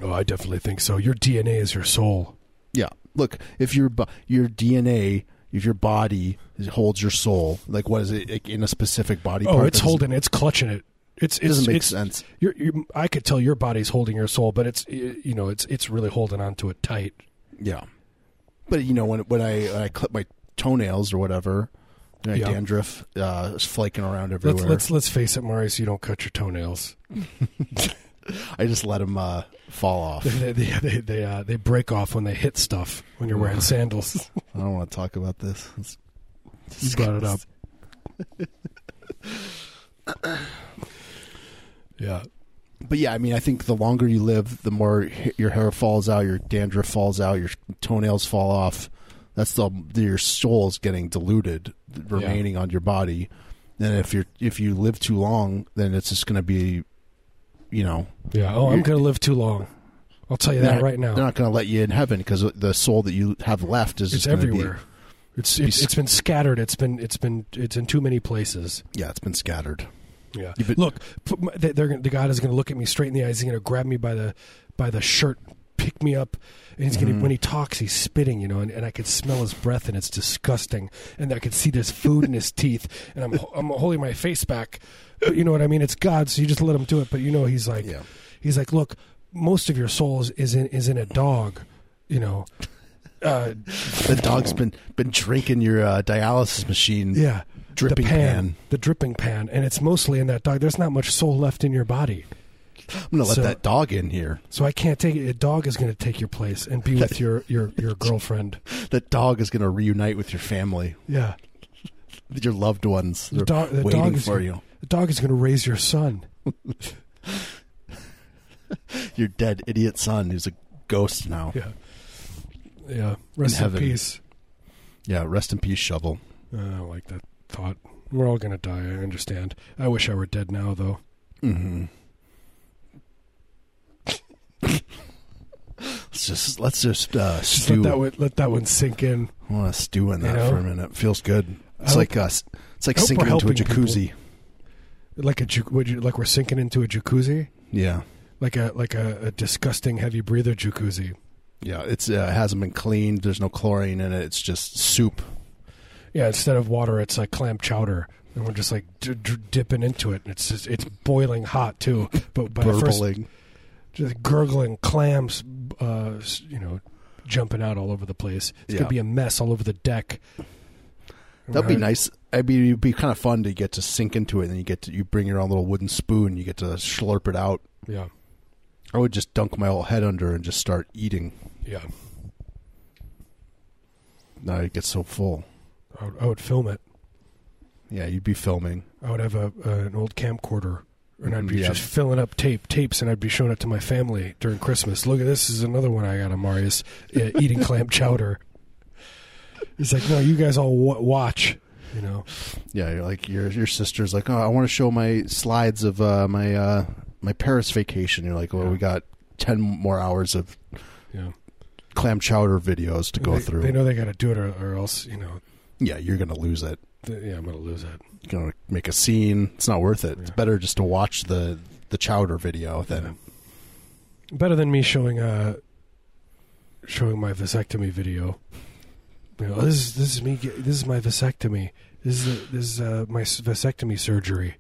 B: Oh, I definitely think so. Your DNA is your soul.
A: Yeah. Look, if your bo- your DNA, if your body holds your soul, like what is it like in a specific body?
B: Oh,
A: part
B: it's
A: that doesn't-
B: holding. It's clutching it. It's, it's
A: doesn't make
B: it's-
A: sense.
B: You're, you I could tell your body's holding your soul, but it's you know it's it's really holding onto it tight.
A: Yeah, but you know when when I when I clip my toenails or whatever, my
B: Yeah.
A: dandruff uh, is flaking around everywhere.
B: Let's let's let's face it, Maurice. You don't cut your toenails.
A: I just let them uh, fall off. I
B: They they they they, uh, they break off when they hit stuff when you're wearing sandals.
A: don't want to talk about this. It's-
B: you brought it up. yeah.
A: But yeah, I mean, I think the longer you live, the more h- your hair falls out, your dandruff falls out, your toenails fall off. That's the your soul's getting diluted, remaining on your body. And if you're if you live too long, then it's just going to be, you know,
B: Yeah. Oh, I'm
A: You're-
B: gonna live too long. I'll tell you
A: they're
B: that
A: not-
B: right now.
A: They're not going to let you in heaven because the soul that you have left is
B: it's
A: just gonna be-
B: everywhere. It's, it's it's been scattered. It's been it's been it's in too many places.
A: yeah, it's been scattered.
B: Yeah.
A: If it-
B: look, p- my- they- they're gonna, the God is going to look at me straight in the eyes. He's going to grab me by the by the shirt, pick me up, and he's
A: Mm-hmm.
B: going to. When he talks, he's spitting, you know, and, and I can smell his breath, and it's disgusting. And I can see there's food in his teeth, and I'm I'm holding my face back. But you know what I mean? It's God, so you just let him do it. But you know, he's like,
A: Yeah.
B: he's like, look, most of your soul is, is in is in a dog, you know. Uh,
A: The dog's been been drinking your uh, dialysis machine.
B: Yeah.
A: Dripping
B: the
A: pan.
B: The dripping pan. And it's mostly in that dog. There's not much soul left in your body.
A: I'm going to let
B: So-
A: that dog in here.
B: So I can't take it. A dog is going to take your place and be with your, your, your girlfriend.
A: That dog is going to reunite with your family,
B: Yeah.
A: with your loved ones. They're
B: dog- the
A: waiting
B: dog is
A: for
B: gonna-
A: you.
B: The dog is going to raise your son.
A: Your dead idiot son who's a ghost now. Yeah,
B: Yeah. Yeah. Rest in,
A: heaven.
B: peace.
A: rest in peace, shovel.
B: Uh, I don't like that thought. We're all going to die. I understand. I wish I were dead now, though.
A: Mm-hmm. let's just let's just uh,
B: Just
A: stew.
B: let that, one, let that one sink in.
A: I want to stew in that
B: You know?
A: for a minute. Feels good. It's
B: hope-
A: like us. It's like
B: I hope
A: sinking
B: we're
A: into a
B: helping
A: jacuzzi.
B: Like a ju- would you, like we're sinking into a jacuzzi,
A: Yeah,
B: like a like a, a disgusting heavy breather jacuzzi.
A: yeah. It's uh, it hasn't been cleaned. There's no chlorine in it. It's just soup.
B: Yeah, instead of water, it's like clam chowder, and we're just like d- d- dipping into it, and it's just, it's boiling hot too. But by the first,
A: burbling.
B: just gurgling clams, uh, s- you know, jumping out all over the place. It's
A: Yeah.
B: gonna be a mess all over the deck.
A: That'd be
B: Right?
A: nice. I'd be it'd be kind of fun to get to sink into it, and you get to you bring your own little wooden spoon. You get to slurp it out.
B: Yeah,
A: I would just dunk my whole head under and just start eating.
B: yeah.
A: No, I get so full.
B: I would, I would film it.
A: Yeah, you'd be filming.
B: I would have a uh, an old camcorder, and I'd be
A: Yeah.
B: just filling up tape tapes, and I'd be showing it to my family during Christmas. Look at this is another one I got of Marius uh, eating clam chowder. He's like, no, you guys all wa watch. You know,
A: Yeah, you're like your your sister's like, oh, I want to show my slides of uh, my uh, my Paris vacation. You're like, well, we got ten more hours of
B: yeah.
A: clam chowder videos to go
B: they,
A: through.
B: They know they got to do it, or, or else you know,
A: yeah, you're gonna lose it.
B: th- yeah, I'm gonna lose it.
A: You're gonna make a scene. It's not worth it. It's better just to watch the the chowder video than
B: Better than me showing uh showing my vasectomy video. You know, this is this is me. Get, this is my vasectomy. This is this is uh, my s- vasectomy surgery.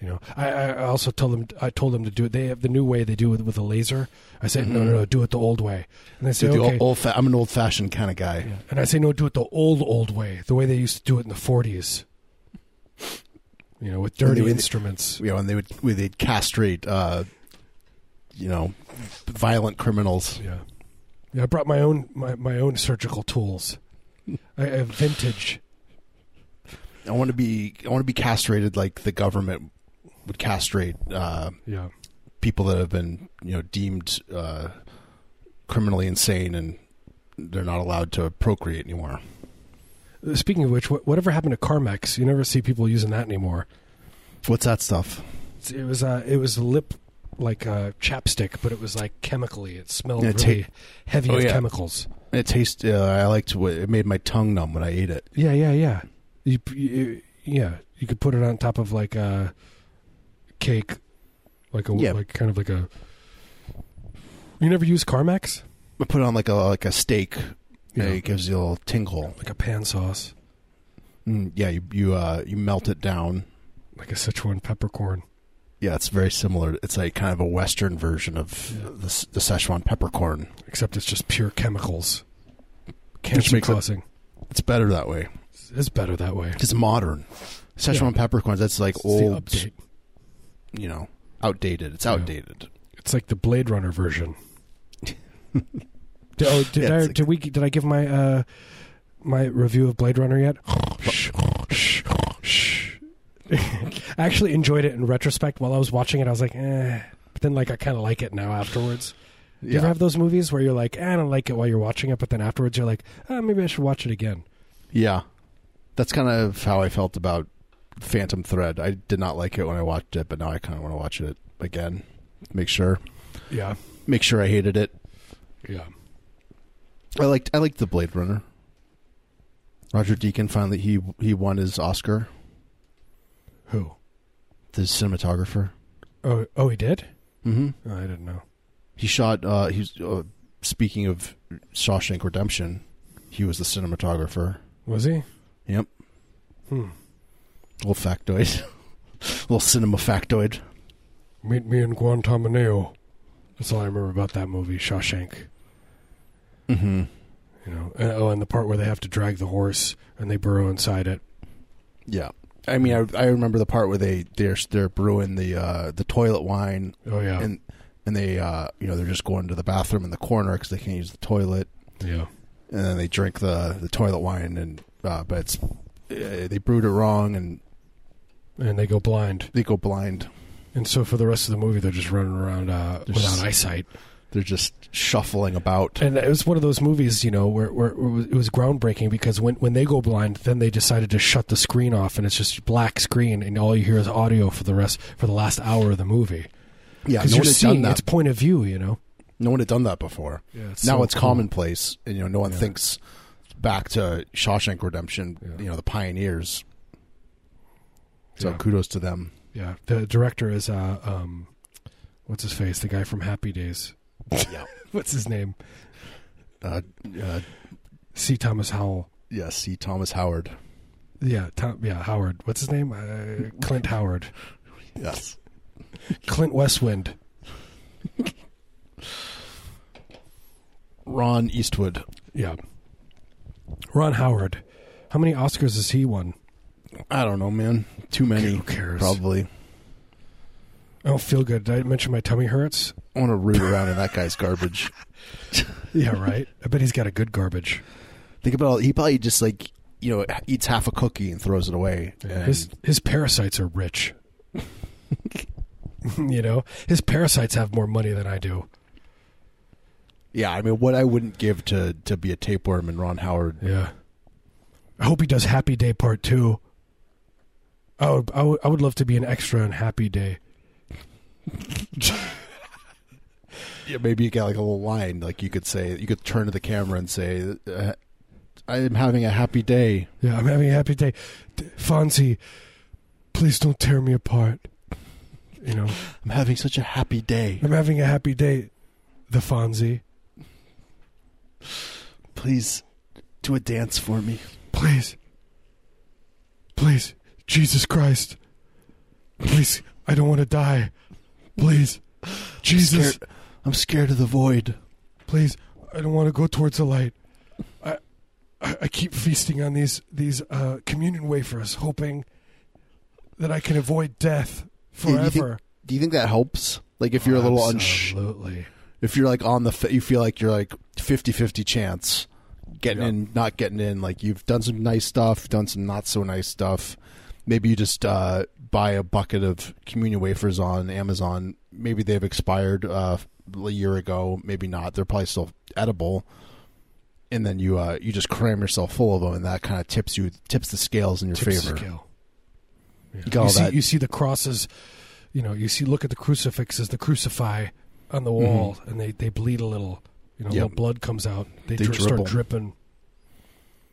B: You know, I, I I also tell them I told them to do it. They have the new way they do it with a laser. I said no, no, no, do it the old way. And they say
A: Mm-hmm. Do the
B: okay.
A: old, old fa- I'm an old fashioned kind of guy.
B: and I say no, do it the old old way, the way they used to do it in the forties. You know, with
A: And
B: dirty
A: they-
B: instruments.
A: You know, and they would we- they'd castrate, uh, you know, violent criminals.
B: Yeah. Yeah, I brought my own my, my own surgical tools. I I have vintage.
A: I want to be I want to be castrated like the government would castrate. Uh,
B: Yeah.
A: people that have been you know deemed uh, criminally insane and they're not allowed to procreate anymore.
B: Uh, Speaking of which, what, whatever happened to Carmex? You never see people using that anymore.
A: What's that stuff?
B: It's- It was uh, it was lip like uh, chapstick, but it was like chemically. It smelled
A: Yeah,
B: really
A: ta-
B: heavy
A: Oh,
B: with
A: yeah.
B: chemicals.
A: It tastes. Uh, I liked. what- It made my tongue numb when I ate it.
B: Yeah, yeah, yeah. You, you yeah, you could put it on top of like a cake, like a
A: Yeah.
B: like kind of like a. You never use Carmex
A: I put it on like a like a steak.
B: Yeah.
A: It gives you a little tingle.
B: like a pan sauce,
A: Mm, yeah, you you uh, you melt it down.
B: like a Sichuan peppercorn.
A: Yeah, it's very similar. It's like kind of a Western version of
B: Yeah.
A: the, S- the Szechuan peppercorn.
B: except it's just pure chemicals.
A: Which
B: Cancer
A: makes it-
B: causing
A: It's better that way.
B: is better that way.
A: It's modern. Szechuan peppercorns. That's like
B: It's the
A: old.
B: update.
A: You know, outdated. It's
B: Yeah.
A: outdated.
B: It's like the Blade Runner version. did, oh, did,
A: Yeah,
B: I,
A: it's like-
B: did we? Did I give my uh, my review of Blade Runner yet? I actually enjoyed it in retrospect. While I was watching it, I was like, eh. But then, like, I kind of like it now afterwards. Do you ever have those movies where you're like, eh, I don't like it while you're watching it, but then afterwards you're like, oh, maybe I should watch it again.
A: Yeah. That's kind of how I felt about Phantom Thread. I did not like it when I watched it, but now I kind of want to watch it again. Make sure.
B: Yeah,
A: Make sure I hated it.
B: yeah.
A: I liked I liked the Blade Runner. Roger Deacon finally he he won his Oscar,
B: Who?
A: the cinematographer.
B: Oh, oh, he did.
A: Mhm.
B: Oh, I didn't know.
A: He shot uh he's uh, speaking of Shawshank Redemption, he was the cinematographer.
B: Was he?
A: Yep.
B: Hmm.
A: Little factoid. Little cinema factoid.
B: Meet me in Guantanamo. That's all I remember about that movie, Shawshank.
A: Mhm.
B: You know, and, oh, and the part where they have to drag the horse and they burrow inside it.
A: Yeah. I mean, I, I remember the part where they they're they're brewing the uh, the toilet wine
B: Oh yeah,
A: and and they uh, you know they're just going to the bathroom in the corner because they can't use the toilet
B: yeah,
A: and then they drink the, the toilet wine and uh, but it's uh, they brewed it wrong and
B: and they go blind,
A: they go blind.
B: and so for the rest of the movie they're just running around uh,
A: They're
B: without
A: just-
B: eyesight.
A: They're just shuffling about.
B: And it was one of those movies, you know, where, where it was- it was groundbreaking because when when they go blind, then they decided to shut the screen off, and it's just black screen, and all you hear is audio for the rest for the last hour of the movie.
A: Yeah, no
B: Because you're
A: one had done
B: seeing
A: that.
B: its point of view, you know.
A: no one had done that before.
B: Yeah, it's
A: now
B: so
A: it's
B: cool.
A: commonplace, and you know no one
B: Yeah.
A: thinks back to Shawshank Redemption.
B: Yeah.
A: You know the pioneers. So
B: Yeah.
A: kudos to them.
B: Yeah, the director is uh, um, what's his face? The guy from Happy Days.
A: Yeah.
B: What's his name?
A: Uh, uh,
B: C. Thomas Howell.
A: yeah, see Thomas Howard.
B: Yeah, Tom, yeah, Howard. What's his name? Uh, Clint Howard.
A: Yes.
B: Clint Westwind.
A: Ron Eastwood.
B: Yeah. Ron Howard. How many Oscars has he won?
A: I don't know, man. Too many.
B: Who cares?
A: Probably.
B: I don't feel good. Did I mention my tummy hurts?
A: I want to root around in that guy's garbage.
B: Yeah, right. I bet he's got a good garbage.
A: Think about all, he probably just like you know eats half a cookie and throws it away. And
B: His his parasites are rich. you know, his parasites have more money than I do.
A: yeah, I mean, what I wouldn't give to to be a tapeworm in Ron Howard
B: Yeah. I hope he does Happy Day Part Two. I would, I would, I would love to be an extra on Happy Day.
A: Yeah, maybe you got like a little line, like you could say, you could turn to the camera and say, uh, "I am having a happy day."
B: Yeah, I'm having a happy day. D- Fonzie, please don't tear me apart. You know,
A: I'm having such a happy day.
B: I'm having a happy day. The Fonzie,
A: Please do a dance for me.
B: please, please, Jesus Christ, please, I don't want to die. Please, Jesus.
A: Scared- I'm scared of the void.
B: please i don't want to go towards the light i i, I keep feasting on these these uh, communion wafers hoping that i can avoid death
A: Yeah, you think-
B: forever
A: Do you think that helps? Like if you're a little unsure.
B: absolutely
A: if you're like on the f- you feel like you're like 50-50 chance getting
B: Yeah.
A: in not getting in like you've done some nice stuff done some not so nice stuff maybe you just uh, buy a bucket of communion wafers on amazon maybe they've expired uh, a year ago maybe not they're probably still edible and then you uh, you just cram yourself full of them and that kind of tips you tips the scales in your
B: Tips the
A: favor
B: scale.
A: you got all
B: you see
A: that
B: you see the crosses you know you see look at the crucifixes the crucify on the wall and they they bleed a little you know
A: Mm-hmm. Yep.
B: little blood comes out they,
A: They
B: dri- start
A: dribble.
B: dripping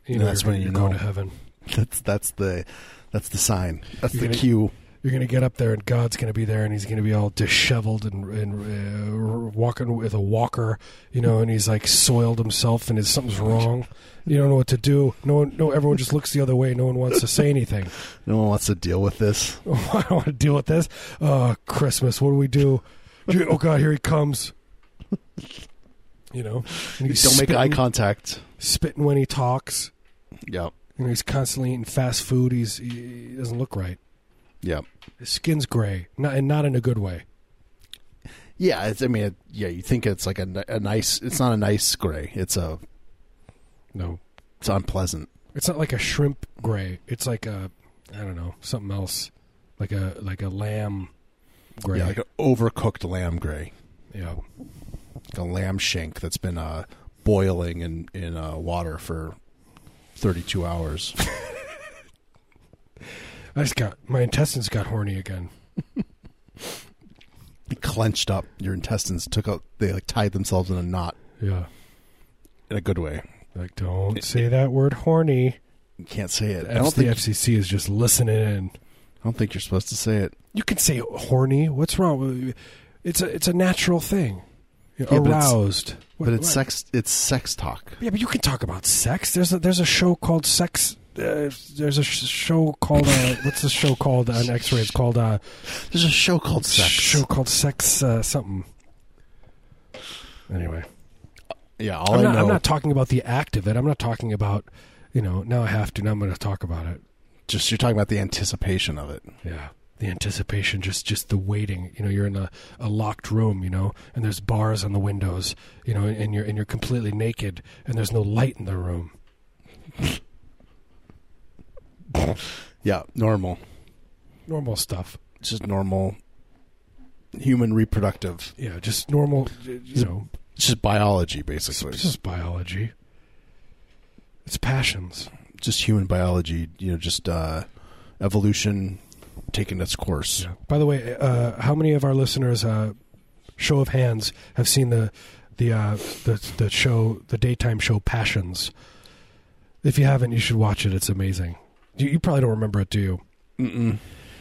B: you
A: And
B: know
A: that's
B: you're,
A: when you
B: you're going
A: know.
B: to heaven
A: that's that's the that's the sign that's
B: You're
A: the
B: gonna-
A: cue
B: you're gonna get up there and God's gonna be there and he's gonna be all disheveled and, and uh, walking with a walker, you know, and he's like soiled himself and his something's wrong. You don't know what to do. No, one, no, everyone just looks the other way. No one wants to say anything.
A: no one wants to deal with this
B: I don't want to deal with this. Uh, Christmas, what do we do? You- oh God, here he comes. You know, and he's
A: don't make eye
B: spitting-
A: contact
B: Spitting when he talks.
A: yeah
B: You know, he's constantly eating fast food. He's he he doesn't look right.
A: yeah
B: His skin's gray, not and not in a good way.
A: Yeah, it's, I mean, it, yeah, you think it's like a, ni- a nice. It's not a nice gray. It's a.
B: No,
A: It's unpleasant.
B: It's not like a shrimp gray. It's like a I don't know something else, like a like a lamb gray.
A: Yeah, like an overcooked lamb gray,
B: Yeah.
A: like a lamb shank that's been uh, boiling in in uh, water for thirty-two hours.
B: I just got my intestines got horny again.
A: It clenched up. Your intestines took out. They like tied themselves in a knot
B: Yeah,
A: in a good way.
B: like don't say that word horny.
A: You can't say it. I
B: I
A: don't
B: the
A: think. I
B: FCC is just listening in.
A: don't think you're supposed to say it.
B: You can say horny. What's wrong? with It's a it's a natural thing. You're
A: Yeah, but it's-
B: Aroused,
A: But it's sex. It's sex talk.
B: Yeah, but you can talk about sex. There's a there's a show called Sex. Uh, there's a sh- show called uh, what's the show called on X-ray? It's called uh,
A: There's a show called Sex.
B: show called Sex uh, something. Anyway,
A: Yeah, all
B: I'm
A: I
B: not,
A: know.
B: I'm not talking about the act of it. I'm not talking about you know. Now I have to. Now I'm going to talk about it.
A: just you're talking about the anticipation of it.
B: Yeah, the anticipation, just just the waiting. You know, you're in a, a locked room. You know, and there's bars on the windows. You know, and, you're and you're completely naked, and there's no light in the room.
A: Yeah, normal.
B: Normal stuff.
A: It's just normal human reproductive.
B: Yeah, just normal. You know,
A: It's just biology, basically.
B: this is biology. It's passions.
A: just human biology, you know, just uh, evolution taking its course.
B: By the way, uh, how many of our listeners, uh, show of hands, have seen the the, uh, the the show, the daytime show Passions? If you haven't, you should watch it. It's amazing. You, you probably don't remember it, do you?
A: Mm-mm.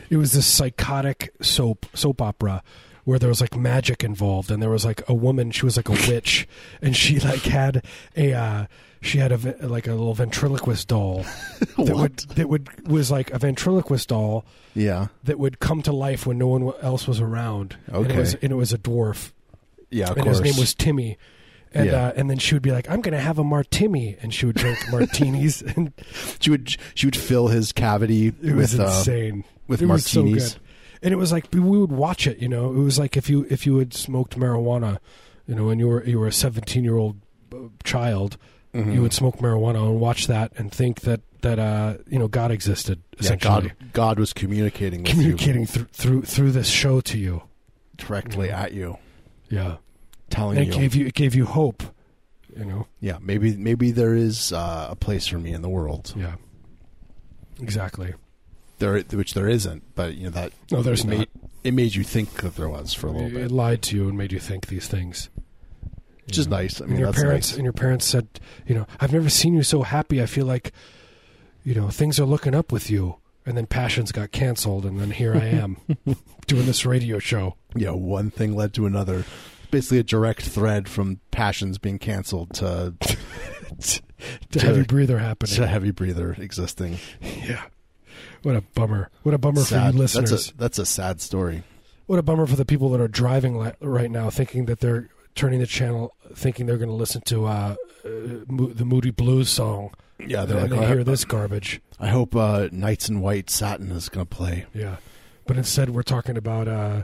B: It was this psychotic soap soap opera where there was like magic involved, and there was like a woman. She was like a witch, and she like had a uh, she had a ve- like a little ventriloquist doll that would that would was like a ventriloquist doll
A: Yeah.
B: that would come to life when no one else was around. And it
A: Okay.
B: was, and it was a dwarf,
A: Yeah, of
B: and
A: course.
B: his name was Timmy. And
A: Yeah.
B: uh, and then she would be like, "I'm going to have a martini," and she would drink martinis, and
A: she would she would fill his cavity
B: it was
A: with uh,
B: insane.
A: with
B: it was so
A: martinis.
B: good. And it was like we would watch it, you know. It was like if you if you had smoked marijuana, you know, and you were you were a 17 year old child,
A: Mm-hmm.
B: you would smoke marijuana and watch that and think that that uh, you know God existed
A: yeah,
B: essentially,
A: God God was communicating with
B: communicating
A: you
B: through through through this show to you.
A: directly at you,
B: Yeah.
A: telling
B: And it
A: you,
B: gave you it gave you hope, you know.
A: yeah, maybe maybe there is uh, a place for me in the world.
B: Yeah. Exactly.
A: there, which there isn't. But you know that
B: No, there's
A: made,
B: not.
A: It made you think that there was for a little
B: It
A: bit,
B: lied to you and made you think these things.
A: which is nice. I mean,
B: and your
A: that's
B: parents
A: nice.
B: and your parents said, you know, I've never seen you so happy. I feel like, you know, things are looking up with you. And then passions got canceled, and then here I am doing this radio show.
A: you know, one thing led to another. Basically, a direct thread from passions being canceled to
B: To heavy breather happening.
A: to heavy breather existing.
B: yeah. What a bummer. What a bummer for
A: Sad.
B: you listeners.
A: That's a that's a sad story.
B: What a bummer for the people that are driving li- right now, thinking that they're turning the channel, thinking they're going to listen to uh, uh, Mo- the Moody Blues song.
A: Yeah,
B: and they hear this garbage.
A: "Oh, I hope uh, Knights in White Satin is going to play.
B: Yeah, but instead we're talking about uh,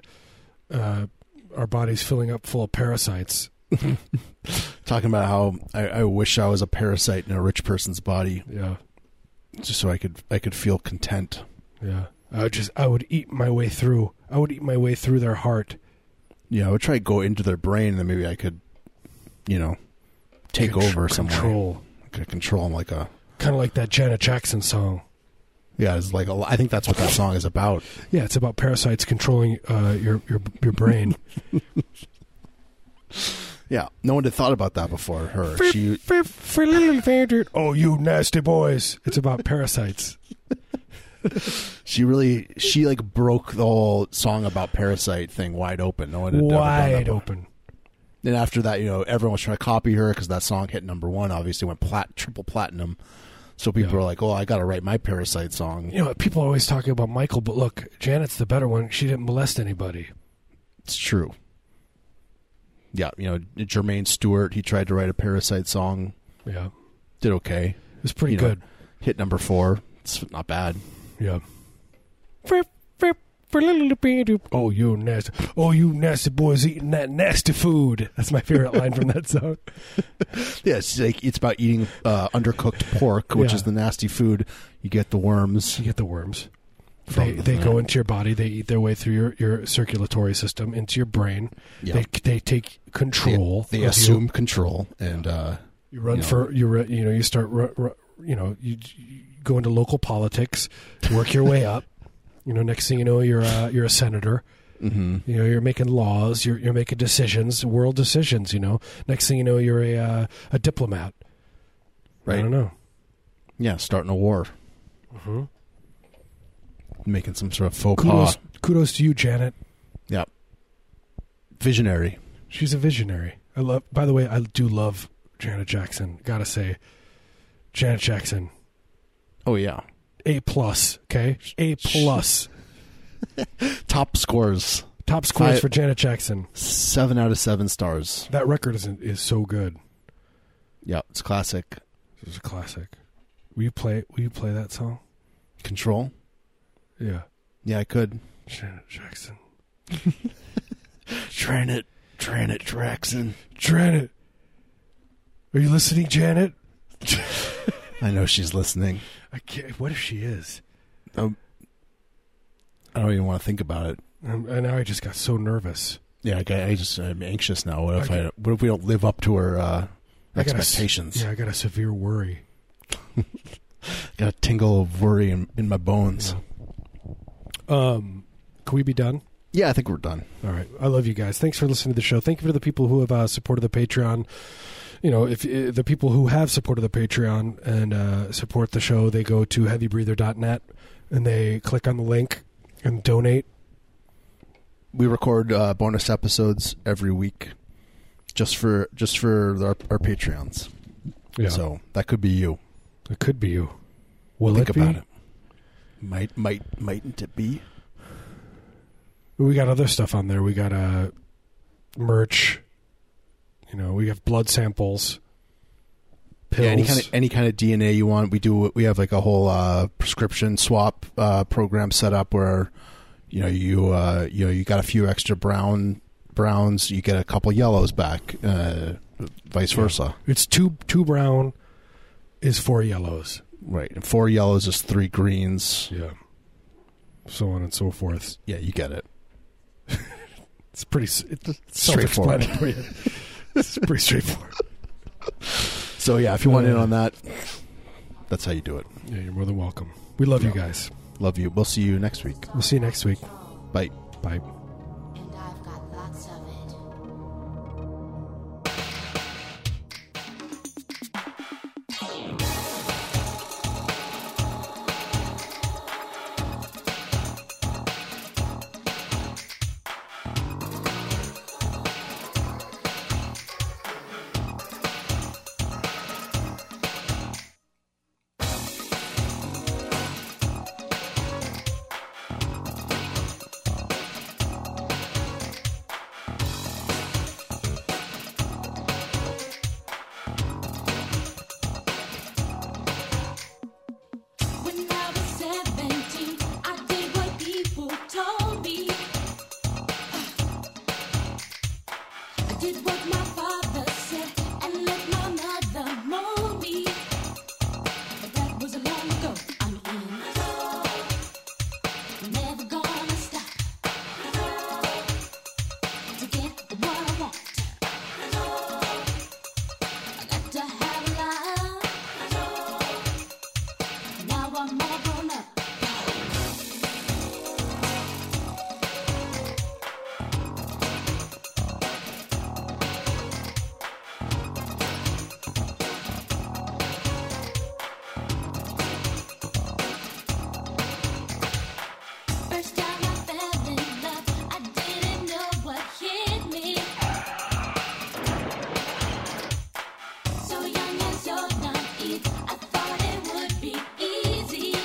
B: uh, our bodies filling up full of parasites.
A: Talking about how I, I wish I was a parasite in a rich person's body,
B: Yeah,
A: just so I could I could feel content.
B: yeah. I would just I would eat my way through. I would eat my way through their heart.
A: You know, I would try to go into their brain, and then maybe I could, you know, take
B: Contr-
A: over some way.
B: control.
A: I could control them like a
B: Kind of like that Janet Jackson song.
A: yeah. It's like a, I think that's what that song is about.
B: Yeah, it's about parasites controlling uh, your your your brain.
A: Yeah, no one had thought about that before her.
B: for,
A: She
B: for, for little Vander. Oh, you nasty boys! It's about parasites.
A: she really she like broke the whole song about parasite thing wide open. No one had ever done that
B: Wide
A: before.
B: open.
A: Then after that, you know, everyone was trying to copy her because that song hit number one. Obviously, went plat triple platinum. So people
B: Yeah.
A: were like, "Oh, I got to write my Parasite song."
B: You know, people are always talking about Michael, but look, Janet's the better one. She didn't molest anybody.
A: It's true. Yeah, you know, Jermaine Stewart. He tried to write a Parasite song.
B: Yeah.
A: Did okay.
B: It was pretty
A: You know,
B: good.
A: hit number four. It's not bad.
B: Yeah. For, for, for little baby. Oh, you nasty. Oh, you nasty boys eating that nasty food. That's my favorite line from that song.
A: Yeah, it's like it's about eating uh, undercooked pork, which
B: Yeah.
A: is the nasty food. You get the worms.
B: You get the worms. They,
A: From
B: they
A: the-
B: go into your body. They eat their way through your, your circulatory system, into your brain.
A: Yeah.
B: They, they take
A: They,
B: control.
A: they
B: of you.
A: assume control, and uh,
B: You run
A: you know.
B: for you. Re, you know you start. Ru, ru, you know you, you go into local politics, work your way up. You know, next thing you know, you're uh, you're a senator. You know, you're making laws. You're you're making decisions, world decisions. You know, next thing you know, you're a uh, a diplomat. I
A: right?
B: don't know.
A: Yeah, starting a war,
B: Mm-hmm.
A: making some sort of faux
B: Kudos
A: pas.
B: kudos to you, Janet.
A: Yeah. Visionary.
B: She's a visionary. I love. By the way, I do love Janet Jackson. Gotta say, Janet Jackson,
A: Oh yeah.
B: a plus. Okay, a plus.
A: Top scores.
B: Top scores
A: Five-
B: for Janet Jackson.
A: Seven out of seven stars.
B: That record is is so good.
A: Yeah, it's classic.
B: This is a classic. Will you play? Will you play that song?
A: Control.
B: Yeah,
A: Yeah, I could.
B: Janet Jackson.
A: Tranit. Tranit Traxon.
B: Janet, are you listening, Janet?
A: I know she's listening.
B: I can't. What if she is?
A: Um, I don't even want to think about it.
B: Um, and now I just got so nervous.
A: Yeah, like, I, I just I'm anxious now. What if
B: I
A: I,
B: got-
A: what if we don't live up to her uh,
B: I got a s-
A: expectations?
B: yeah, I got a severe worry.
A: Got a tingle of worry in, in my bones.
B: Um, can we be done?
A: Yeah, I think we're done.
B: All right. I love you guys. Thanks for listening to the show. Thank you to the people who have uh, supported the Patreon. You know, if uh, the people who have supported the Patreon and uh, support the show, they go to heavybreather.net and they click on the link and donate.
A: we record uh, bonus episodes every week just for just for our, our patreons so that could be you
B: it could be you. Will
A: think
B: it be?
A: about it might might mightn't it be
B: We got other stuff on there. We got uh, merch. You know, we have blood samples, pills.
A: Yeah, any kind of any kind of dna you want we do we have like a whole uh, prescription swap uh, program set up where you know you uh, you know you got a few extra brown browns you get a couple yellows back uh, vice versa
B: it's two two brown is four yellows.
A: right and four yellows is three greens
B: Yeah. So on and so forth.
A: yeah you get it
B: It's pretty s- it's
A: Straightforward.
B: self-explanatory. it's pretty straightforward.
A: so yeah if you want in
B: Uh,
A: on that That's how you do it.
B: Yeah, you're more than welcome. We love you guys.
A: Love you. We'll see you next week.
B: We'll see you next week.
A: Bye.
B: Bye.
D: and I've got lots of it.
E: When I was seventeen, I did what people told me. I did what my father said and let my mother mold me. But that was long ago. I'm in. Never gonna stop to get what I want. I got to have love. Now I'm all grown up. First time I fell in love, I didn't know what hit me. So young and so naive, I thought it would be easy.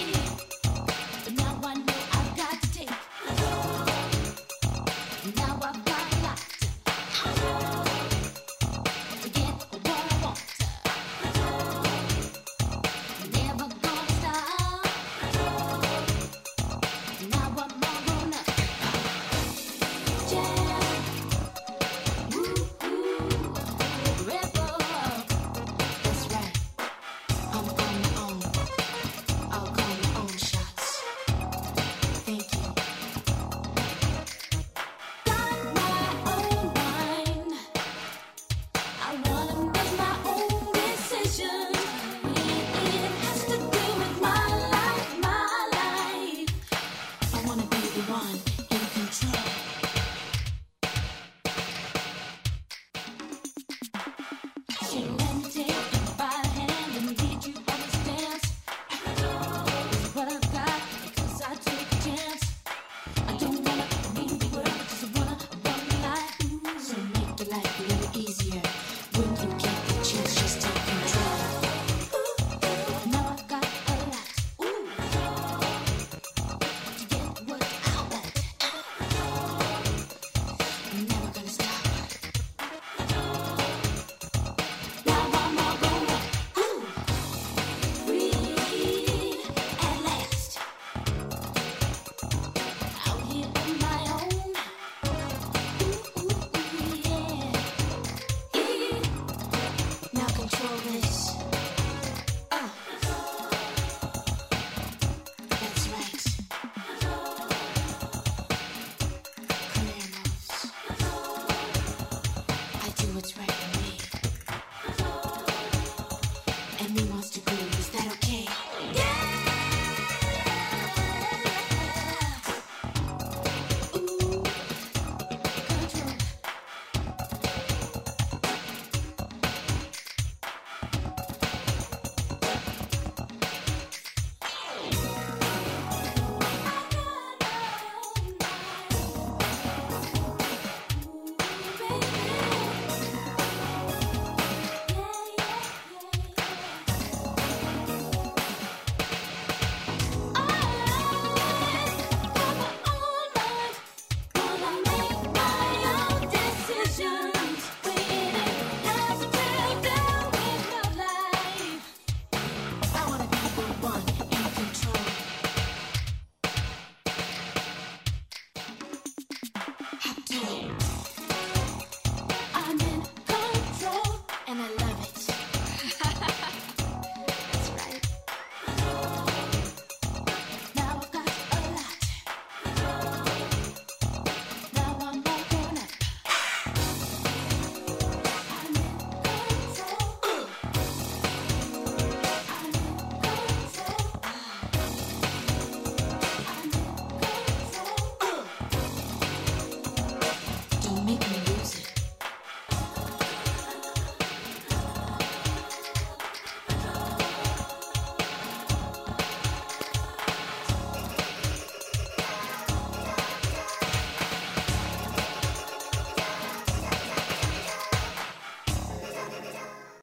E: make me lose it.